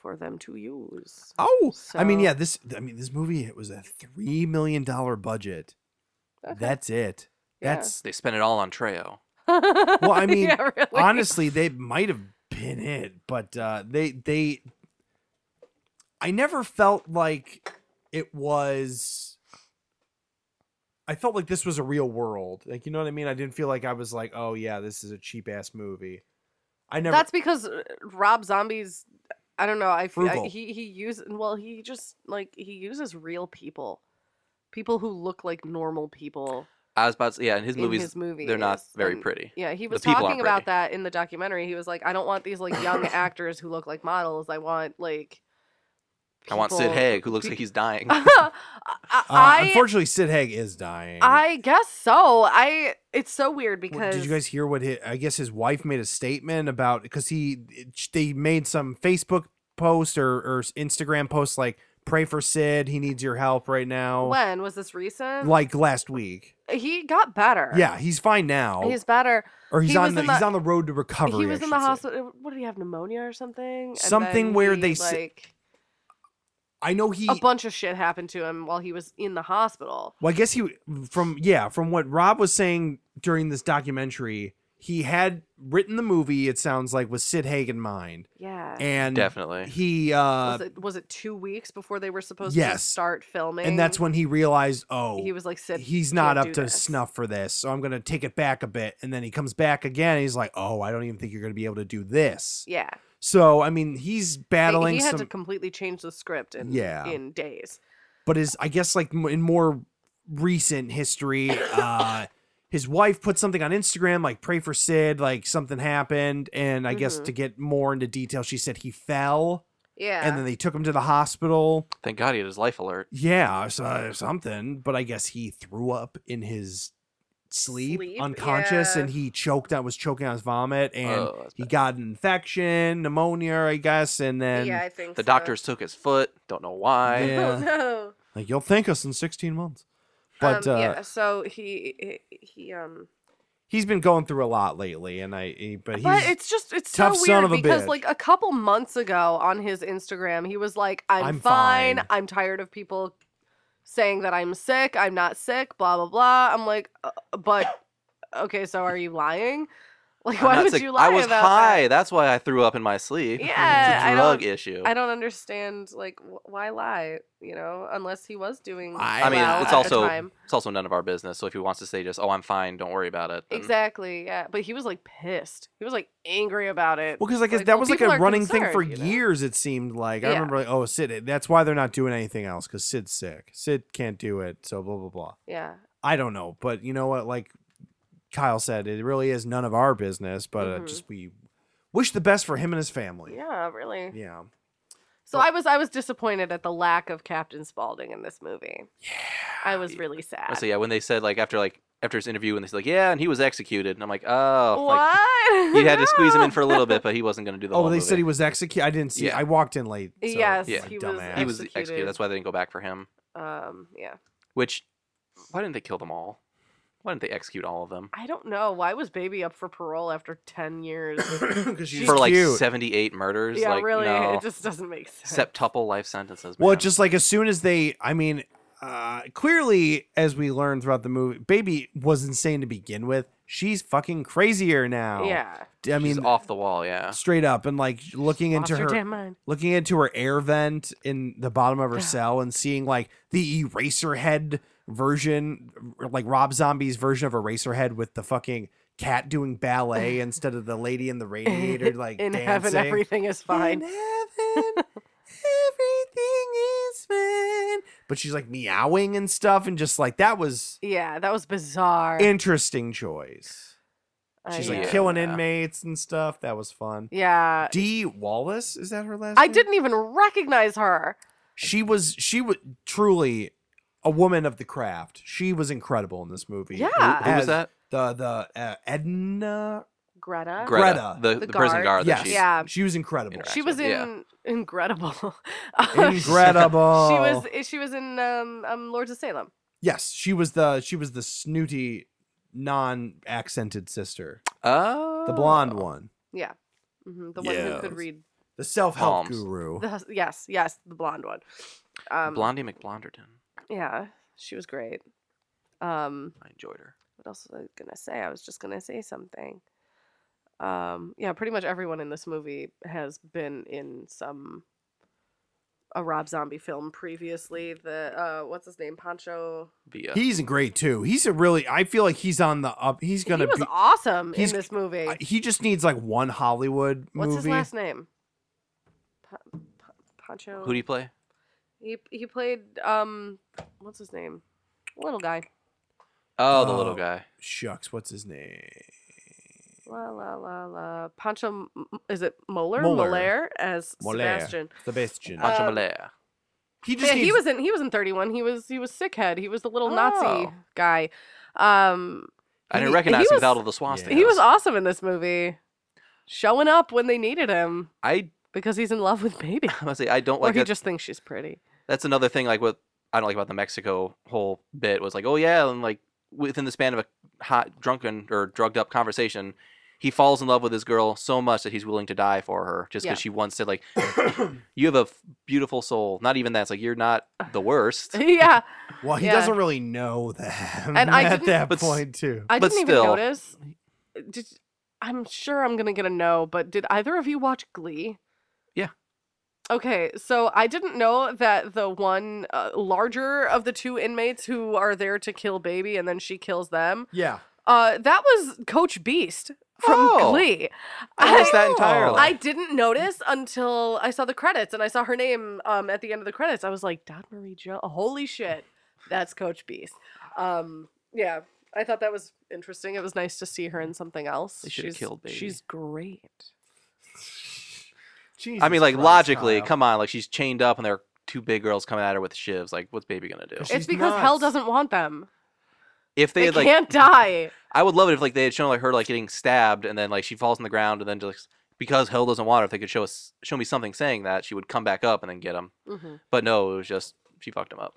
for them to use. Oh, I mean, So- yeah. This, I mean, this movie it was a three million dollar budget. That's it. Yeah. That's they spent it all on Treo. well. I mean, [LAUGHS] Yeah, really. honestly, they might have been it, but uh, they they. I never felt like it was. I felt like this was a real world. Like you know what I mean. I didn't feel like I was like, oh yeah, this is a cheap ass movie. I never. That's because uh, Rob Zombie's. I don't know. I, f- I- Frugal. he he uses well. He just like he uses real people, people who look like normal people. I was about to, yeah, in his In movies, his um, movies, they're not very and- pretty. Yeah, he The was people talking aren't about pretty. that in the documentary. He was like, I don't want these like [LAUGHS] young actors who look like models. I want like. I want Sid people- Haig, who looks pe- like he's dying. [LAUGHS] I, uh, I, unfortunately, Sid Haig is dying. I guess so. I it's so weird Well, because Did you guys hear what his, I guess his wife made a statement about because he it- they made some Facebook post or, or Instagram post like pray for Sid he needs your help right now when was this recent? like last week he got better. yeah he's fine now he's better. or he's he was on the, in he's the- on the road to recovery he I was in should the say. hospital. What did he have? Pneumonia or something? And Something then where he, they sa- like I know he a bunch of shit happened to him while he was in the hospital. Well, I guess he from yeah, from what Rob was saying during this documentary, he had written the movie. It sounds like with Sid Haig in mind, Yeah. and Definitely. he uh, was it was it two weeks before they were supposed to yes. start filming? and that's when he realized, oh, he was like, "Sid, he's you not can't up do to this." snuff for this, so I'm gonna take it back a bit. And then he comes back again, and he's like, oh, I don't even think you're gonna be able to do this. Yeah, He- So I mean, he's battling He, had some, to completely change the script in Yeah. in days. but is I guess like m- in more recent history, uh, [LAUGHS] his wife put something on Instagram like pray for Sid, like something happened, and I guess Mhm. to get more into detail, she said he fell, Yeah, and then they took him to the hospital. Thank God he had his life alert. Yeah, so something, but I guess he threw up in his sleep, Sleep, unconscious, yeah. and he choked out was choking on his vomit, and Oh, that's he bad. got an infection, pneumonia, I guess, and then yeah, I think The so. doctors took his foot. Don't know why. Oh yeah, [LAUGHS] no. like you'll thank us in sixteen [LAUGHS] months. But um, uh, yeah, so he he, he um. he's been going through a lot lately, and I he- but he's But it's just it's so tough weird son of a because bitch. like a couple months ago on his Instagram, he was like, "I'm, I'm fine. fine. I'm tired of people saying that I'm sick. I'm not sick. Blah blah blah." I'm like, uh, "But okay, so are you lying? Like, I'm why not would sick. you lie I was about high. That's why I threw up in my sleep. Yeah, it's I a drug don't- issue. that? I don't understand. Like, wh- why lie? You know, unless he was doing. I- I mean, well it's at the also um time. it's also none of our business. So if he wants to say just, "Oh, I'm fine. Don't worry about it." then- Exactly. Yeah, but he was like pissed. He was like angry about it. well because like, Like, that well, was like people a are running thing concerned, for you know? years. It seemed like I Yeah. remember like oh Sid, that's why they're not doing anything else because Sid's sick. Sid can't do it, so blah blah blah. Yeah. I don't know, but you know what? Like Kyle said, it really is none of our business. But uh, Mhm. just we wish the best for him and his family. Yeah. Really. Yeah. So I was I was disappointed at the lack of Captain Spaulding in this movie. Yeah. I was really sad. So yeah, when they said like after like after his interview, and they said like, "Yeah," and he was executed, and I'm like, "Oh, like, What? he had to squeeze him in [LAUGHS] No. for a little bit, but he wasn't going to do the Oh, whole they movie. said he was executed. I didn't see. Yeah. I walked in late. So Yes, Yeah. he was dumbass. he was executed. executed. That's why they didn't go back for him. Um yeah. Which, why didn't they kill them all? Why didn't they execute all of them I don't know. Why was Baby up for parole after [COUGHS] ten years? [LAUGHS] because she's for like cute. 78 murders? yeah, like, really. no. It just doesn't make sense. septuple life sentences. Well, man. just like as soon as they, I mean, uh, clearly, as we learned throughout the movie, Baby was insane to begin with. She's fucking crazier now. yeah. I She's mean, off the wall. Yeah, straight up and like looking Lost into her her, damn mind. looking into her air vent in the bottom of her cell and seeing like the Eraserhead version, or, like Rob Zombie's version of Eraserhead with the fucking cat doing [LAUGHS] ballet instead of the lady in the radiator like in dancing. heaven everything is In fine. heaven, everything is fine. But she's like meowing and stuff, and just like that was Yeah, that was bizarre. interesting choice. I- She's yeah. like killing Yeah. inmates and stuff. That was fun. Yeah. Dee Wallace is that her last? I name? didn't even recognize her. She was. She was truly a woman of the craft. She was incredible in this movie. Yeah. who was As that? The the uh, Edna Greta. Greta, the, the, prison guard. Yes. That she, Yeah. She was incredible. [LAUGHS] Interact- She was in Yeah. incredible. [LAUGHS] Um, Incredible. she was eh, she was in um, um Lords of Salem. Yes, she was the she was the snooty non-accented sister. Oh. The blonde one. Yeah. hmm The one who could Yes. read. The self-help Palms. guru. The, yes, yes, the blonde one. Um, Blondie McBlonderton. Yeah, she was great. Um, I enjoyed her. what else was I gonna say? I was just gonna say something. Um, yeah, pretty much everyone in this movie has been in some a Rob Zombie film previously. The uh, what's his name, Pancho? Via. He's great too. He's a really I feel like he's on the up. He's He going to was be awesome in he's- this movie. I- He just needs like one Hollywood what's movie. his last name? Pa- Pa- Pancho. Who do you play? He he played um, what's his name? Little guy. Oh, the little Oh. guy. Shucks, what's his name? La la la la. Pancho, M- M- is it Moeller? Moeller. Moeller as Sebastian. Sebastian. Uh, Pancho Um, Malaya. he just Yeah, needs, he was in he was in 31. He was he was sickhead. He was the little Nazi Oh. guy. Um, I didn't he- recognize he him was- without all the swastikas. he was awesome in this movie, showing up when they needed him I [LAUGHS] because he's in love with baby, I must say I don't or like he that. just thinks [LAUGHS] she's pretty. [LAUGHS] That's another thing. Like what I don't like about the Mexico whole bit was like, oh yeah, and like within the span of a hot drunken or drugged up conversation, he falls in love with this girl so much that he's willing to die for her just Yeah. because she once said like, you have a f- beautiful soul. Not even that. It's like you're not the worst. yeah, well, he yeah. doesn't really know that. And I at didn't- that But s- point too. I But didn't still. even notice. Did, I'm sure I'm gonna get a no, but did either of you watch Glee? Yeah. Okay, so I didn't know that the one uh, larger of the two inmates who are there to kill Baby and then she kills them, yeah. uh, that was Coach Beast from Oh. Glee. I missed that entirely. I didn't notice until I saw the credits and I saw her name um, at the end of the credits. I was like, Dot Marie Jones. Holy shit, that's Coach Beast. Um, yeah, I thought that was interesting. It was nice to see her in something else. They should've She's- killed Baby. She's great. Jesus I mean, like Christ, logically, Kyle. come on, like she's chained up and there are two big girls coming at her with shivs. Like, what's baby gonna do? She's it's because hell nuts. doesn't want them. If they, They, had, like, can't die. I would love it if like they had shown like her like getting stabbed and then like she falls on the ground and then just because hell doesn't want her, if they could show us show me something saying that she would come back up and then get him. Mhm. But no, it was just she fucked him up.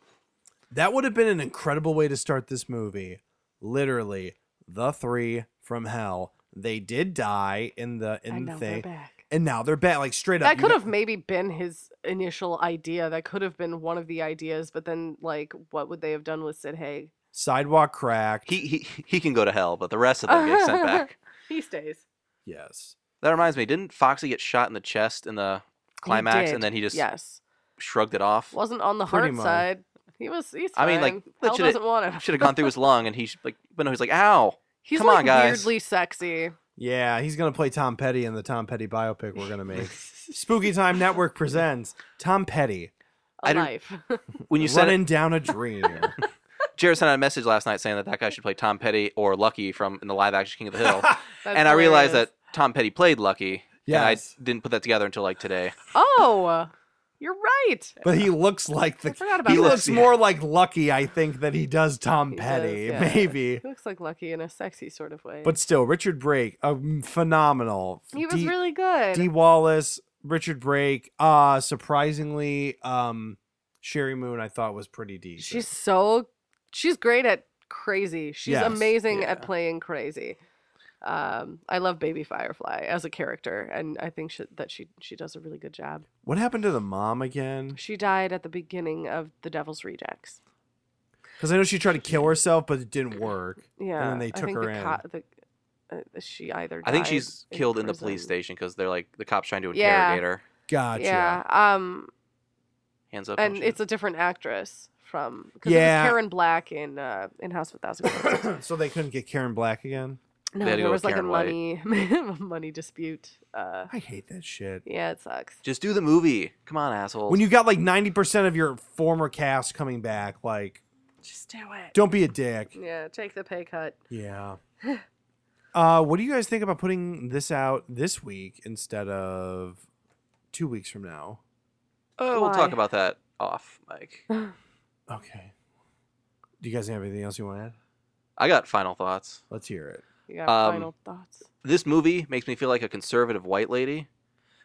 That would have been an incredible way to start this movie. Literally, the three from hell. They did die in the in And the now they're thing, back. and now they're back. Like straight up, that you could got- have maybe been his initial idea. That could have been one of the ideas, but then like, what would they have done with Sid Haig? sidewalk cracked. He he he can go to hell, but the rest of them get sent back. He stays. yes, That reminds me, didn't Foxy get shot in the chest in the climax did, and then he just yes shrugged it off? wasn't on the Pretty hard much. side. He was. He's I mean, like, fine. that hell should've- doesn't want him. Should have gone through his lung and he sh- like but no, he's like, ow. He's Come like on, guys. weirdly sexy. yeah. He's gonna play Tom Petty in the Tom Petty biopic we're gonna make. Spooky Time Network presents Tom Petty A I don't- life. [LAUGHS] When you sent it, running down a dream. Jared sent out a message last night saying that that guy should play Tom Petty or Lucky from in the live action King of the Hill. [LAUGHS] That's and I realized that hilarious. Tom Petty played Lucky. Yes. And I didn't put that together until like today. Oh, you're right. but he looks like the. I forgot [LAUGHS] about He that. looks yeah. more like Lucky, I think, than he does Tom He does, Petty. yeah. Maybe. He looks like Lucky in a sexy sort of way. But still, Richard Brake, a phenomenal. he was D- really good. D Wallace, Richard Brake, uh surprisingly, um Sherry Moon I thought was pretty decent. She's so she's great at crazy. She's Yes, amazing at yeah. playing crazy. Um, I love Baby Firefly as a character, and I think she, that she she does a really good job. what happened to the mom again? She died at the beginning of The Devil's Rejects. Because I know she tried to kill herself, but it didn't work. Yeah, And then they I took think her the in. co- the- uh, she either. I think died she's killed in the police prison- station because they're like the cops trying to Yeah. interrogate her. Gotcha. Yeah, um, Hands up. and motion. it's a different actress from because yeah. Yeah. was Karen Black in uh, in House with [COUGHS] Thousand Corpses. so they couldn't get Karen Black again? No, They had to there go was with like a Karen White. money money [LAUGHS] dispute. Uh, I hate that shit. yeah, it sucks. just do the movie. Come on, assholes. When you got like 90% of your former cast coming back, like, Just do it. don't be a dick. Yeah, take the pay cut. [LAUGHS] Yeah. Uh, what do you guys think about putting this out this week instead of two weeks from now? oh, we'll Why? talk about that off, [LAUGHS] Mike. Okay. Do you guys have anything else you want to add? I got final thoughts. Let's hear it. You got Um, final thoughts. this movie makes me feel like a conservative white lady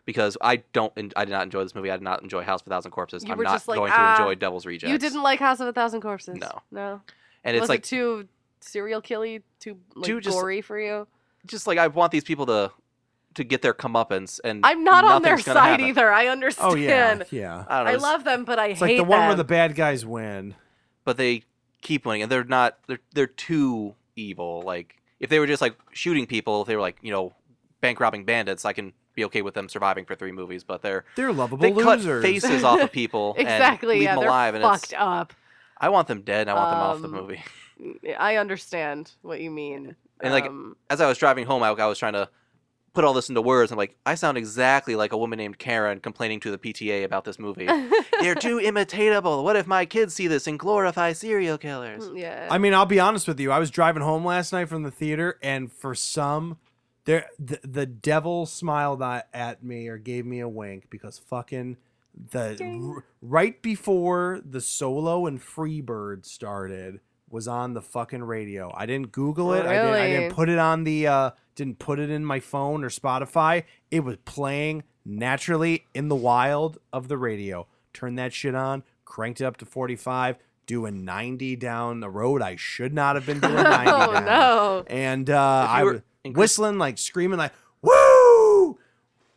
because I don't, en- I did not enjoy this movie. I did not enjoy House of a Thousand Corpses. You I'm were not just like, going "Ah, to enjoy Devil's Rejects. You didn't like House of a Thousand Corpses. No. No. and it's was like it too serial killy, too like Too just- gory for you. just like I want these people to to get their comeuppance, and I'm not on their nothing's gonna side happen. either. I Oh yeah, understand. yeah. I don't know. I it's- love them, but I It's hate like the one them. where the bad guys win. but they keep winning, and they're not they're they're too evil. Like if they were just like shooting people, if they were like you know bank robbing bandits, I can be okay with them surviving for three movies. But they're They're lovable they cut losers. faces off of [LAUGHS] people exactly. and leave yeah, them they're alive, and fucked it's, up. I want them dead. and I want them off Um, the movie. I understand what you mean. And like Um, as I was driving home, I, I was trying to put all this into words. I'm like, I sound exactly like a woman named Karen complaining to the PTA about this movie. They're too imitatable. What if my kids see this and glorify serial killers? yeah. I mean, I'll be honest with you. I was driving home last night from the theater, and for some, there the, the devil smiled at- at me or gave me a wink because fucking the r- right before the solo and Freebird started was on the fucking radio. I didn't Google it. I, didn't, I Really? didn't put it on the uh, didn't put it in my phone or Spotify. It was playing naturally in the wild of the radio. Turned that shit on, cranked it up to 45, doing 90 down the road. I should not have [LAUGHS] been doing 90 [LAUGHS] Oh, down. no. And uh, If you I were was in- whistling, like screaming, like woo.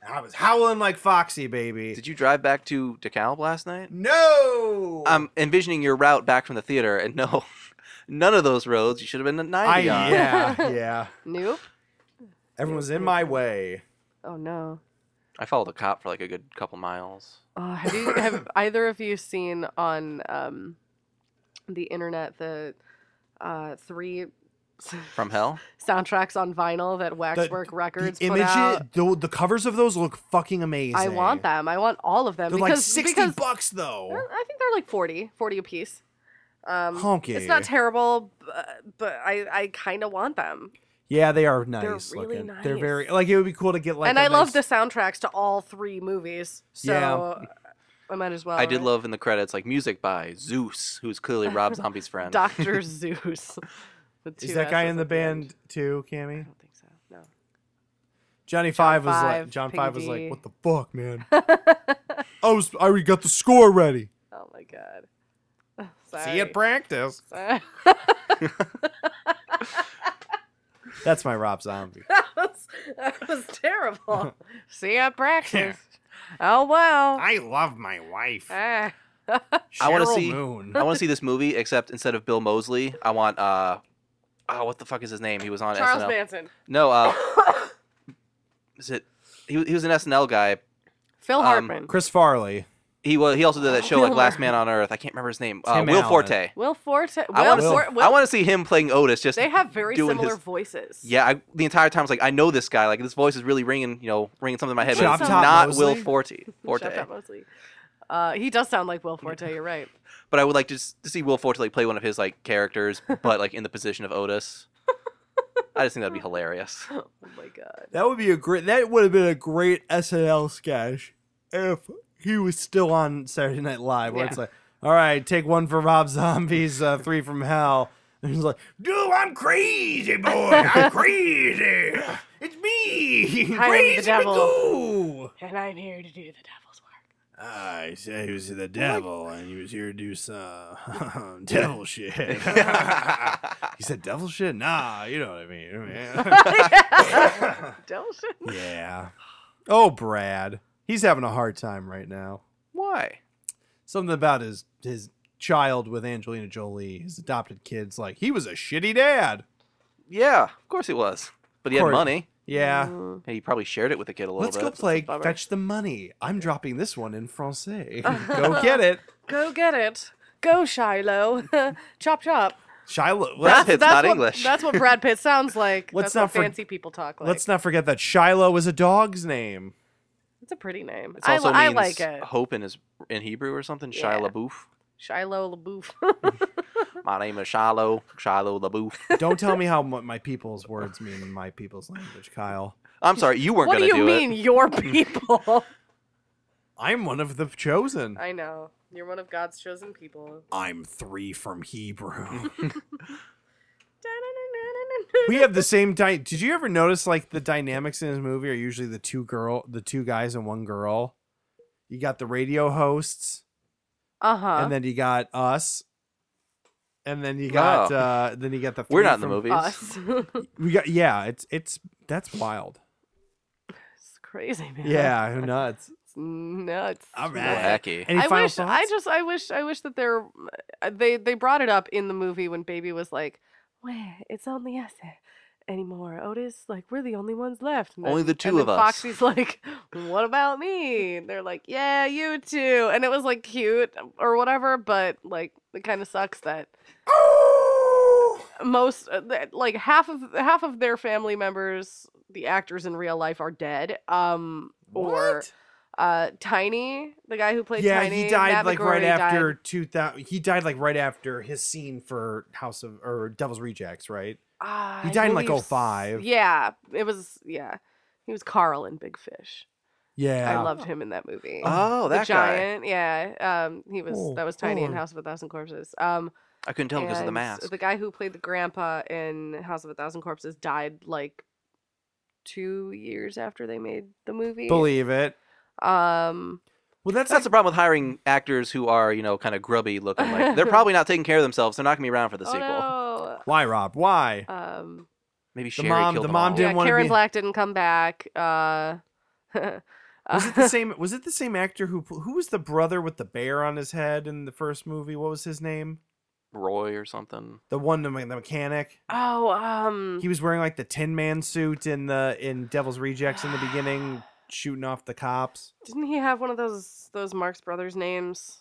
I was howling like Foxy, baby. Did you drive back to DeKalb last night? no. I'm envisioning your route back from the theater, and no, [LAUGHS] none of those roads. You should have been at 90 I, on. [LAUGHS] yeah, yeah. nope. Everyone's in my way. Oh no. I followed a cop for like a good couple miles. Oh, have you [COUGHS] have either of you seen on um, the internet the uh, three From hell? soundtracks on vinyl that Waxwork Records the put out? The, the covers of those look fucking amazing. I want them. I want all of them They're because like sixty because bucks though. they're- I think they're like 40, 40 a piece. Um, Honky. It's not terrible, but, but I I kind of want them. Yeah, they are nice really looking. They're nice. very like it would be cool to get like. and I I love the soundtracks to all three movies. So Yeah. I might as well. I did right? love in the credits like music by Zeus, who's clearly Rob Zombie's friend. [LAUGHS] Dr. Zeus. with Is two that guy S's in the at end. band too, Cammy? I don't think so. No. Johnny Five was like Five, John Piggy Five was D. like, what the fuck, man? [LAUGHS] I was I already got the score ready. Oh my god. See you at practice. Sorry. That's my Rob Zombie. that, was, that was terrible. [LAUGHS] See you at practice. Oh wow. I love my wife. Ah. I wanna Cheryl see- Moon. I [LAUGHS] want to see this movie, except instead of Bill Mosley, I want uh, oh, what the fuck is his name? He was on Charles SNL. Manson. No, [COUGHS] uh, is it? He, wa- he was an SNL guy. Phil Um, Hartman. Chris Farley. He was. He also did that show like Bill Last Man on Earth. I can't remember his name. Uh, Tim Will Allen. Forte. Will Forte. Will I want to. For- Will- I want to see him playing Otis. Just they have very doing similar his- voices. yeah. I, the entire time I was like, I know this guy. Like this voice is really ringing. You know, ringing something in my head. But Chop it's Top not Will Mosley? Forte. Shut Forte. up, Mosley. Uh, he does sound like Will Forte. You're right. But I would like to, s- to see Will Forte like play one of his like characters, but like in the position of [LAUGHS] Otis. I just think that'd be hilarious. Oh my god. That would be a great. That would have been a great SNL sketch if he was still on Saturday Night Live. Where it's Yeah. like, all right, take one for Rob Zombies, uh, three from Hell. And he's like, dude, I'm crazy, boy. [LAUGHS] I'm crazy. It's me, I am the crazy devil." Magoo." And I'm here to do the devil's work. I said he was the devil, and he was here to do some [LAUGHS] devil shit. he said devil shit? Nah, you know what I mean. [LAUGHS] Devil shit. Yeah. Oh, Brad, he's having a hard time right now. Why? something about his his child with Angelina Jolie, his adopted kids. Like he was a shitty dad. Yeah, of course he was. But he had Course. money. Yeah. And he probably shared it with the kid a Mm, little Let's bit. go play bummer. Fetch the Money. I'm dropping this one in [LAUGHS] Francais. go get it. Go get it. Go, Shiloh. [LAUGHS] chop, chop. Shiloh. That's, Let's, it's That's not what, English. That's what Brad Pitt sounds like. Let's that's what not for- fancy people talk like. let's not forget that Shiloh is a dog's name. It's a pretty name. It's I, also li- I means like it. Hope in his in Hebrew or something. Yeah. Shia LaBeouf. Shiloh LaBeouf. My name is Shiloh. Shiloh LaBeouf. Don't tell me how [LAUGHS] mu- my people's words mean in my people's language, Kyle. I'm sorry, you weren't [LAUGHS] what do gonna you do mean, it. your people? [LAUGHS] I'm one of the chosen. I know. You're one of God's chosen people. I'm three from Hebrew. we have the same di- did you ever notice like the dynamics in this movie are usually the two girl the two guys and one girl you got the radio hosts Uh-huh. and then you got us and then you got Oh. uh then you got the [LAUGHS] We're three not in the from- movies. us. we got yeah it's it's that's wild [LAUGHS] it's crazy, man. yeah who [LAUGHS] nuts It's nuts. All right. Wacky. Any I final wish I thoughts? just I wish I wish that there uh, they they brought it up in the movie when baby was like, "Where it's only us anymore, Otis. Like we're the only ones left." And Only the two and of then us. Foxy's like, "What about me?" And they're like, "Yeah, you too." And it was like cute or whatever, but like it kind of sucks that Oh! most uh, th- like half of half of their family members, the actors in real life, are dead. Um or What? uh Tiny, the guy who played yeah Tiny, he died Matt like right McGrory after died. 2000 he died like right after his scene for house of or devil's rejects right Ah, he I died in, like, believe s- 05. Yeah, it was yeah. He was Carl in Big Fish. yeah I loved him in that movie. Oh, that the guy. giant, yeah. Um, he was Oh, that was Tiny in oh. House of a Thousand Corpses. Um, I couldn't tell because of the and mask. The guy who played the grandpa in House of a Thousand Corpses died like two years after they made the movie. believe it Um, well [LAUGHS] that's That's the problem with hiring actors who are, you know, kind of grubby looking. Like [LAUGHS] they're probably not taking care of themselves. They're not gonna be around for the oh sequel. why rob why no. Um, Maybe The Sherry mom- killed the them mom all. did- didn't yeah, wanna Karen be- Black didn't come back. Uh, was it the same was it the same actor who pl- who was the brother with the bear on his head in the first movie what was his name Roy or something. the one the, me- the mechanic Oh, um, he was wearing like the tin man suit in the in devil's rejects in the beginning shooting off the cops didn't he have one of those those Marx Brothers names?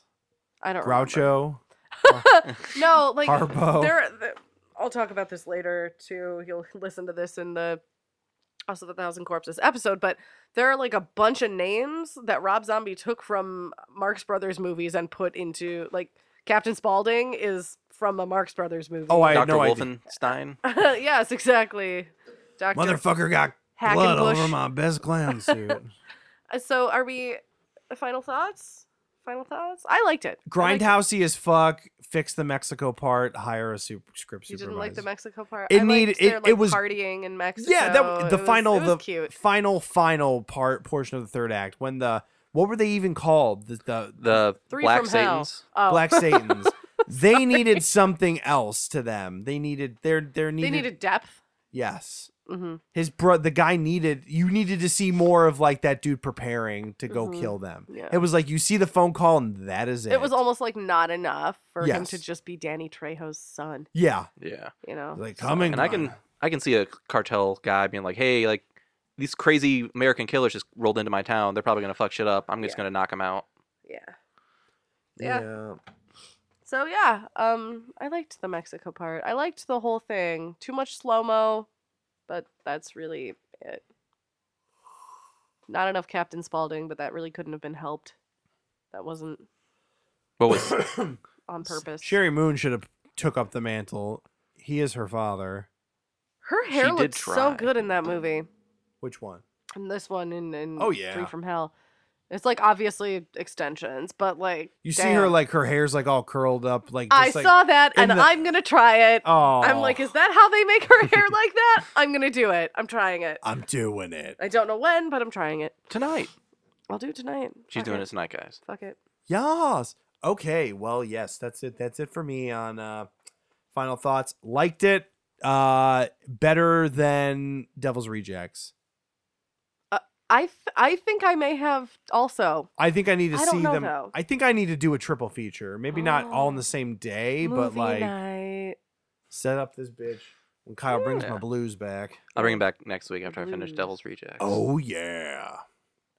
I don't remember. Mm-hmm. groucho No, like Harpo. there. th- I'll talk about this later too. You'll [LAUGHS] listen to this in the House of a Thousand Corpses episode, but there are like a bunch of names that Rob Zombie took from Marx Brothers movies and put into like Captain Spaulding is from a Marx Brothers movie. oh i had Dr. no idea Wolfenstein. [LAUGHS] yes, exactly. Doctor. motherfucker got Hackenbush. blood all over my best [LAUGHS] clown suit Uh, So are we? uh, Final thoughts. Final thoughts. I liked it. I liked it. grindhousey as fuck fix the mexico part hire a super, script You supervisor didn't like the Mexico part. It I need- liked it- their, it like, was- partying in Mexico. yeah that the It was- final it was the cute. final final part portion of the third act when the what were they even called the the, The Three Black from hell. Satans. Oh. black [LAUGHS] satans they needed something else to them they needed their their They needed, needed depth. yes Mhm. his bro the guy needed you needed to see more of like that dude preparing to go Mhm. kill them Yeah. it was like you see the phone call and that is it It was almost like not enough for him to Yes. just be Danny Trejo's son. yeah Yeah. You know. like coming And I can I can see a cartel guy being like, "Hey, like these crazy American killers just rolled into my town. They're probably gonna fuck shit up. I'm just Yeah. gonna knock them out." yeah. Yeah. So yeah, um, I liked the Mexico part. I liked the whole thing. Too much slow mo, but that's really it. Not enough Captain Spaulding, but that really couldn't have been helped. That wasn't What was [COUGHS] on purpose. sherry moon should have took up the mantle he is her father Her She hair did looked so try. good in that movie. which one And this one in, in Oh, Three yeah. from Hell. It's like obviously extensions, but like you see her damn. like her hair's like all curled up like I just, like, saw that and in the- I'm gonna try it. oh I'm like, is that how they make her hair like that? I'm gonna do it. I'm trying it. i'm doing it I don't know when, but I'm trying it. tonight? I'll do it tonight. She's Fuck doing it. it tonight, guys. Fuck it. Yes. Okay. Well, yes, that's it. That's it for me on uh final thoughts. Liked it. Uh better than Devil's Rejects. I th- I think I may have also. I think I need to I don't see know, them. though. I think I need to do a triple feature. Maybe not all in Oh. the same day, but movie like night. set up this bitch when Kyle brings Yeah. my blues back. I'll bring him back next week after I finish Blues. Devil's Rejects. Oh yeah.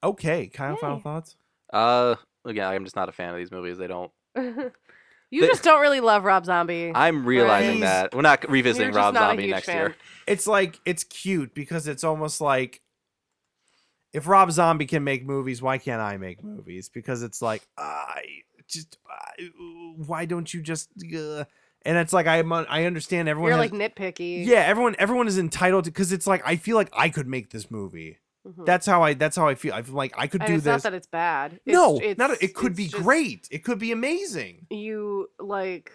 Okay, Kyle, final Yay. thoughts? Uh, yeah, I'm just not a fan of these movies. They don't. you The- just don't really love Rob Zombie. I'm realizing He's- that we're not revisiting You're just Rob not a Zombie huge next fan. year. It's like it's cute because it's almost like if Rob Zombie can make movies, why can't I make movies? Because it's like I just I- why don't you just uh, and it's like I I understand everyone. You're has- like nitpicky. yeah, everyone everyone is entitled to because it's like I feel like I could make this movie. Mhm. That's how I that's how I feel. I feel like I could and do it's this. not that it's bad. It's- no, it's, not it could it's be just great. It could be amazing. You like,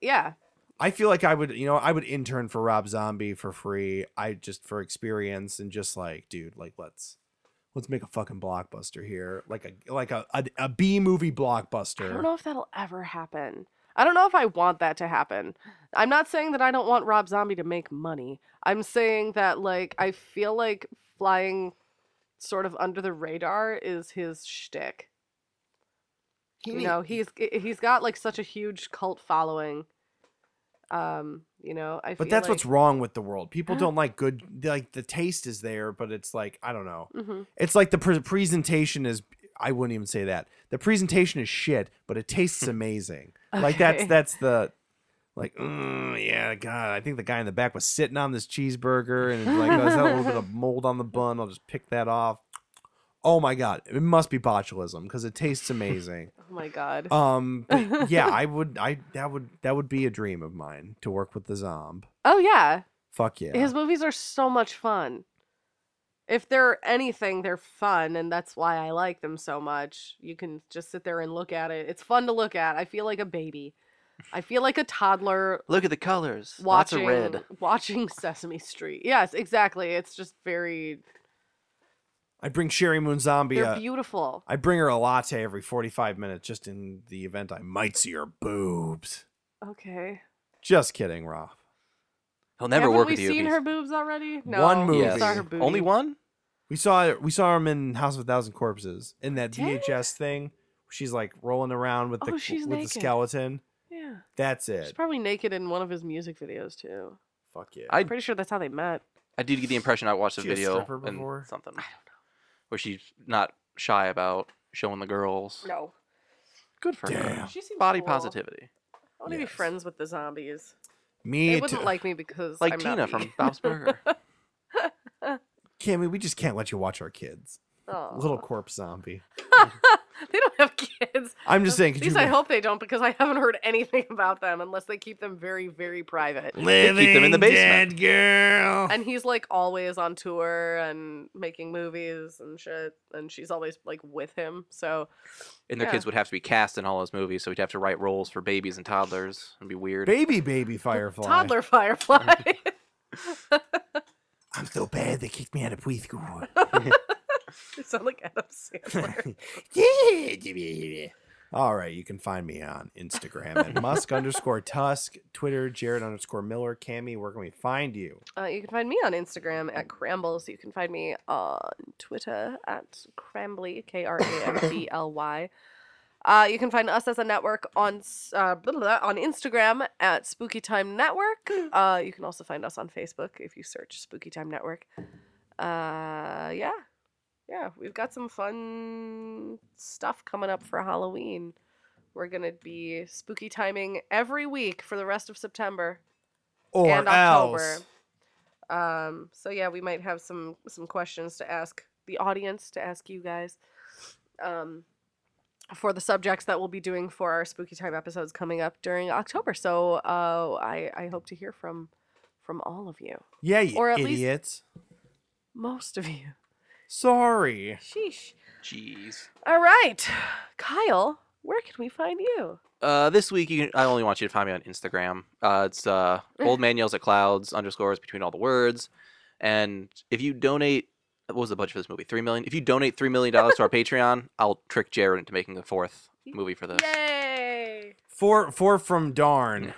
yeah, I feel like I would, you know, I would intern for Rob Zombie for free. I just for experience and just like, dude, like let's let's make a fucking blockbuster here, like a like a a, a B movie blockbuster. I don't know if that'll ever happen. I don't know if I want that to happen. I'm not saying that I don't want Rob Zombie to make money. I'm saying that like I feel like flying sort of under the radar is his shtick. you know, he's eh, he's got like such a huge cult following. Um, you know, I But feel that's like- Uh-huh. what's wrong with the world. People don't like good. Like the taste is there, but it's like I don't know. Mhm. It's like the pre- presentation is. I wouldn't even say that. The presentation is shit, but it [LAUGHS] tastes amazing. Like that's Okay. that's the. Like, mm, yeah, God, I think the guy in the back was sitting on this cheeseburger and it's like, oh, is that a little bit [LAUGHS] of mold on the bun? I'll just pick that off. Oh my God, it must be botulism because it tastes [LAUGHS] amazing. Oh my god. Um, but yeah, I would, I that would that would be a dream of mine to work with the Zomb. oh yeah. Fuck yeah. His movies are so much fun. If they're anything, they're fun, and that's why I like them so much. You can just sit there and look at it. It's fun to look at. I feel like a baby. I feel like a toddler Look at the colors. Lots of watching red. watching [LAUGHS] Sesame Street. Yes, exactly. It's just very I bring Sherry Moon Zombie. they're A, beautiful. I bring her a latte every forty-five minutes, just in the event I might see her boobs. Okay. Just kidding, Rob. He'll never Haven't work we with you. seen if her he's- boobs already? No. One we movie. saw her Yes. booty. Only one? We saw we saw him in House of a Thousand Corpses in that VHS thing. where She's like rolling around with the Oh, she's with naked. the skeleton. Yeah. That's She's it. probably naked in one of his music videos too. Fuck yeah. I I'm pretty sure that's how they met. I did get the impression I watched a She a video stripper and before? something. Where she's not shy about showing the girls. No. Good for Damn. her. She seems Body cool. positivity. I want to Yes. be friends with the zombies. Me they wouldn't too. like me because Like I'm Tina not [LAUGHS] me. from Bob's Burger. Cammy, we just can't let you watch our kids. Aw. Little corpse zombie. they don't have kids. I'm just saying. At Could least you I hope they don't because I haven't heard anything about them unless they keep them very, very private. They keep them in the basement. girl. And he's like always on tour and making movies and shit, and she's always like with him. So And their Yeah. kids would have to be cast in all those movies, so we'd have to write roles for babies and toddlers. It'd be weird. baby, baby firefly. toddler [LAUGHS] Firefly. I'm so bad they kicked me out of preschool. You sound like [LAUGHS] Adam Sandler. [LAUGHS] All right, you can find me on Instagram [LAUGHS] at Musk underscore Tusk, Twitter, Jared underscore Miller, Cammy. Where can we find you? Uh, you can find me on Instagram at Crambles. You can find me on Twitter at Crambly, K R A M B L Y. Uh, you can find us as a network on s- uh, blah, blah, blah, on Instagram at Spooky Time Network. Uh, you can also find us on Facebook if you search Spooky Time Network. Uh, yeah, yeah, we've got some fun stuff coming up for Halloween. We're gonna be spooky timing every week for the rest of September Or and October. else. Um, so yeah, we might have some some questions to ask the audience, to ask you guys, um, for the subjects that we'll be doing for our spooky time episodes coming up during October. So uh, I I hope to hear from from all of you, Yeah, you or at least- idiots. most of you. Sorry. Sheesh. Jeez. All right, Kyle, where can we find you? Uh, this week, you can, I only want you to find me on Instagram. Uh, it's [LAUGHS] uh, old man yells at clouds underscores between all the words. And if you donate, what was the budget for this movie? Three million. If you donate three million dollars to our Patreon, I'll trick Jared into making a fourth movie for the Yay! Four, four from darn.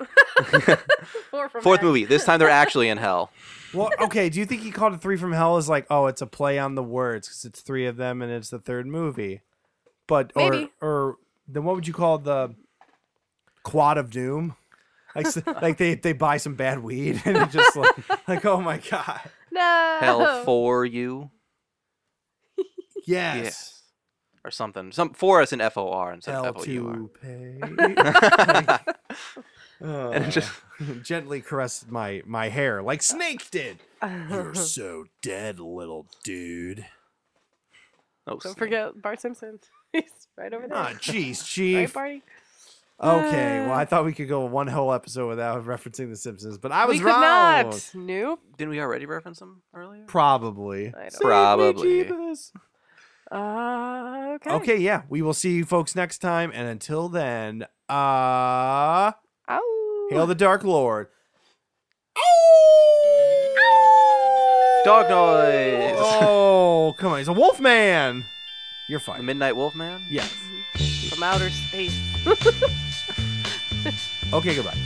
Four from fourth Matt. movie. This time they're actually in [LAUGHS] hell. well, okay. Do you think he called it three from hell? Is like, oh, it's a play on the words because it's three of them and it's the third movie. But or Maybe. or then what would you call the quad of doom? Like, [LAUGHS] s- like they they buy some bad weed and it just like, like oh my god. No. Hell for you. Yes. Or something. Some for us in F O R instead L of F O to U pay. R. Uh, [LAUGHS] And it just gently caressed my my hair like Snake [LAUGHS] did. You're so dead, little dude. oh, Don't snap. forget Bart Simpson. [LAUGHS] He's right over there. [LAUGHS] Ah, jeez, right, chief. Barty? Okay, well, I thought we could go one whole episode without referencing The Simpsons, but I was we wrong. could not. Nope. Didn't we already reference them earlier? Probably. I don't. Probably. Uh, okay. Okay, yeah. We will see you folks next time, and until then, uh. Ow. Hail the Dark Lord. [LAUGHS] Dog noise. [LAUGHS] Oh, come on. He's a wolf man. You're fine. Midnight Wolfman. Yes. From outer space. Okay, goodbye.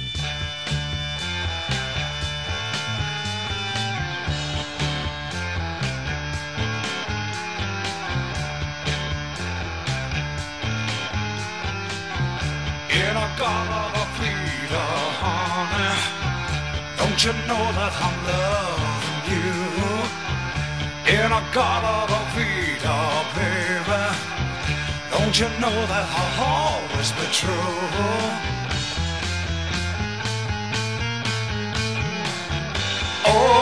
In a gobble of Peter, honey Don't you know that I'm loving you In a gobble of Peter, baby Don't you know that I'll always be true Oh Oh,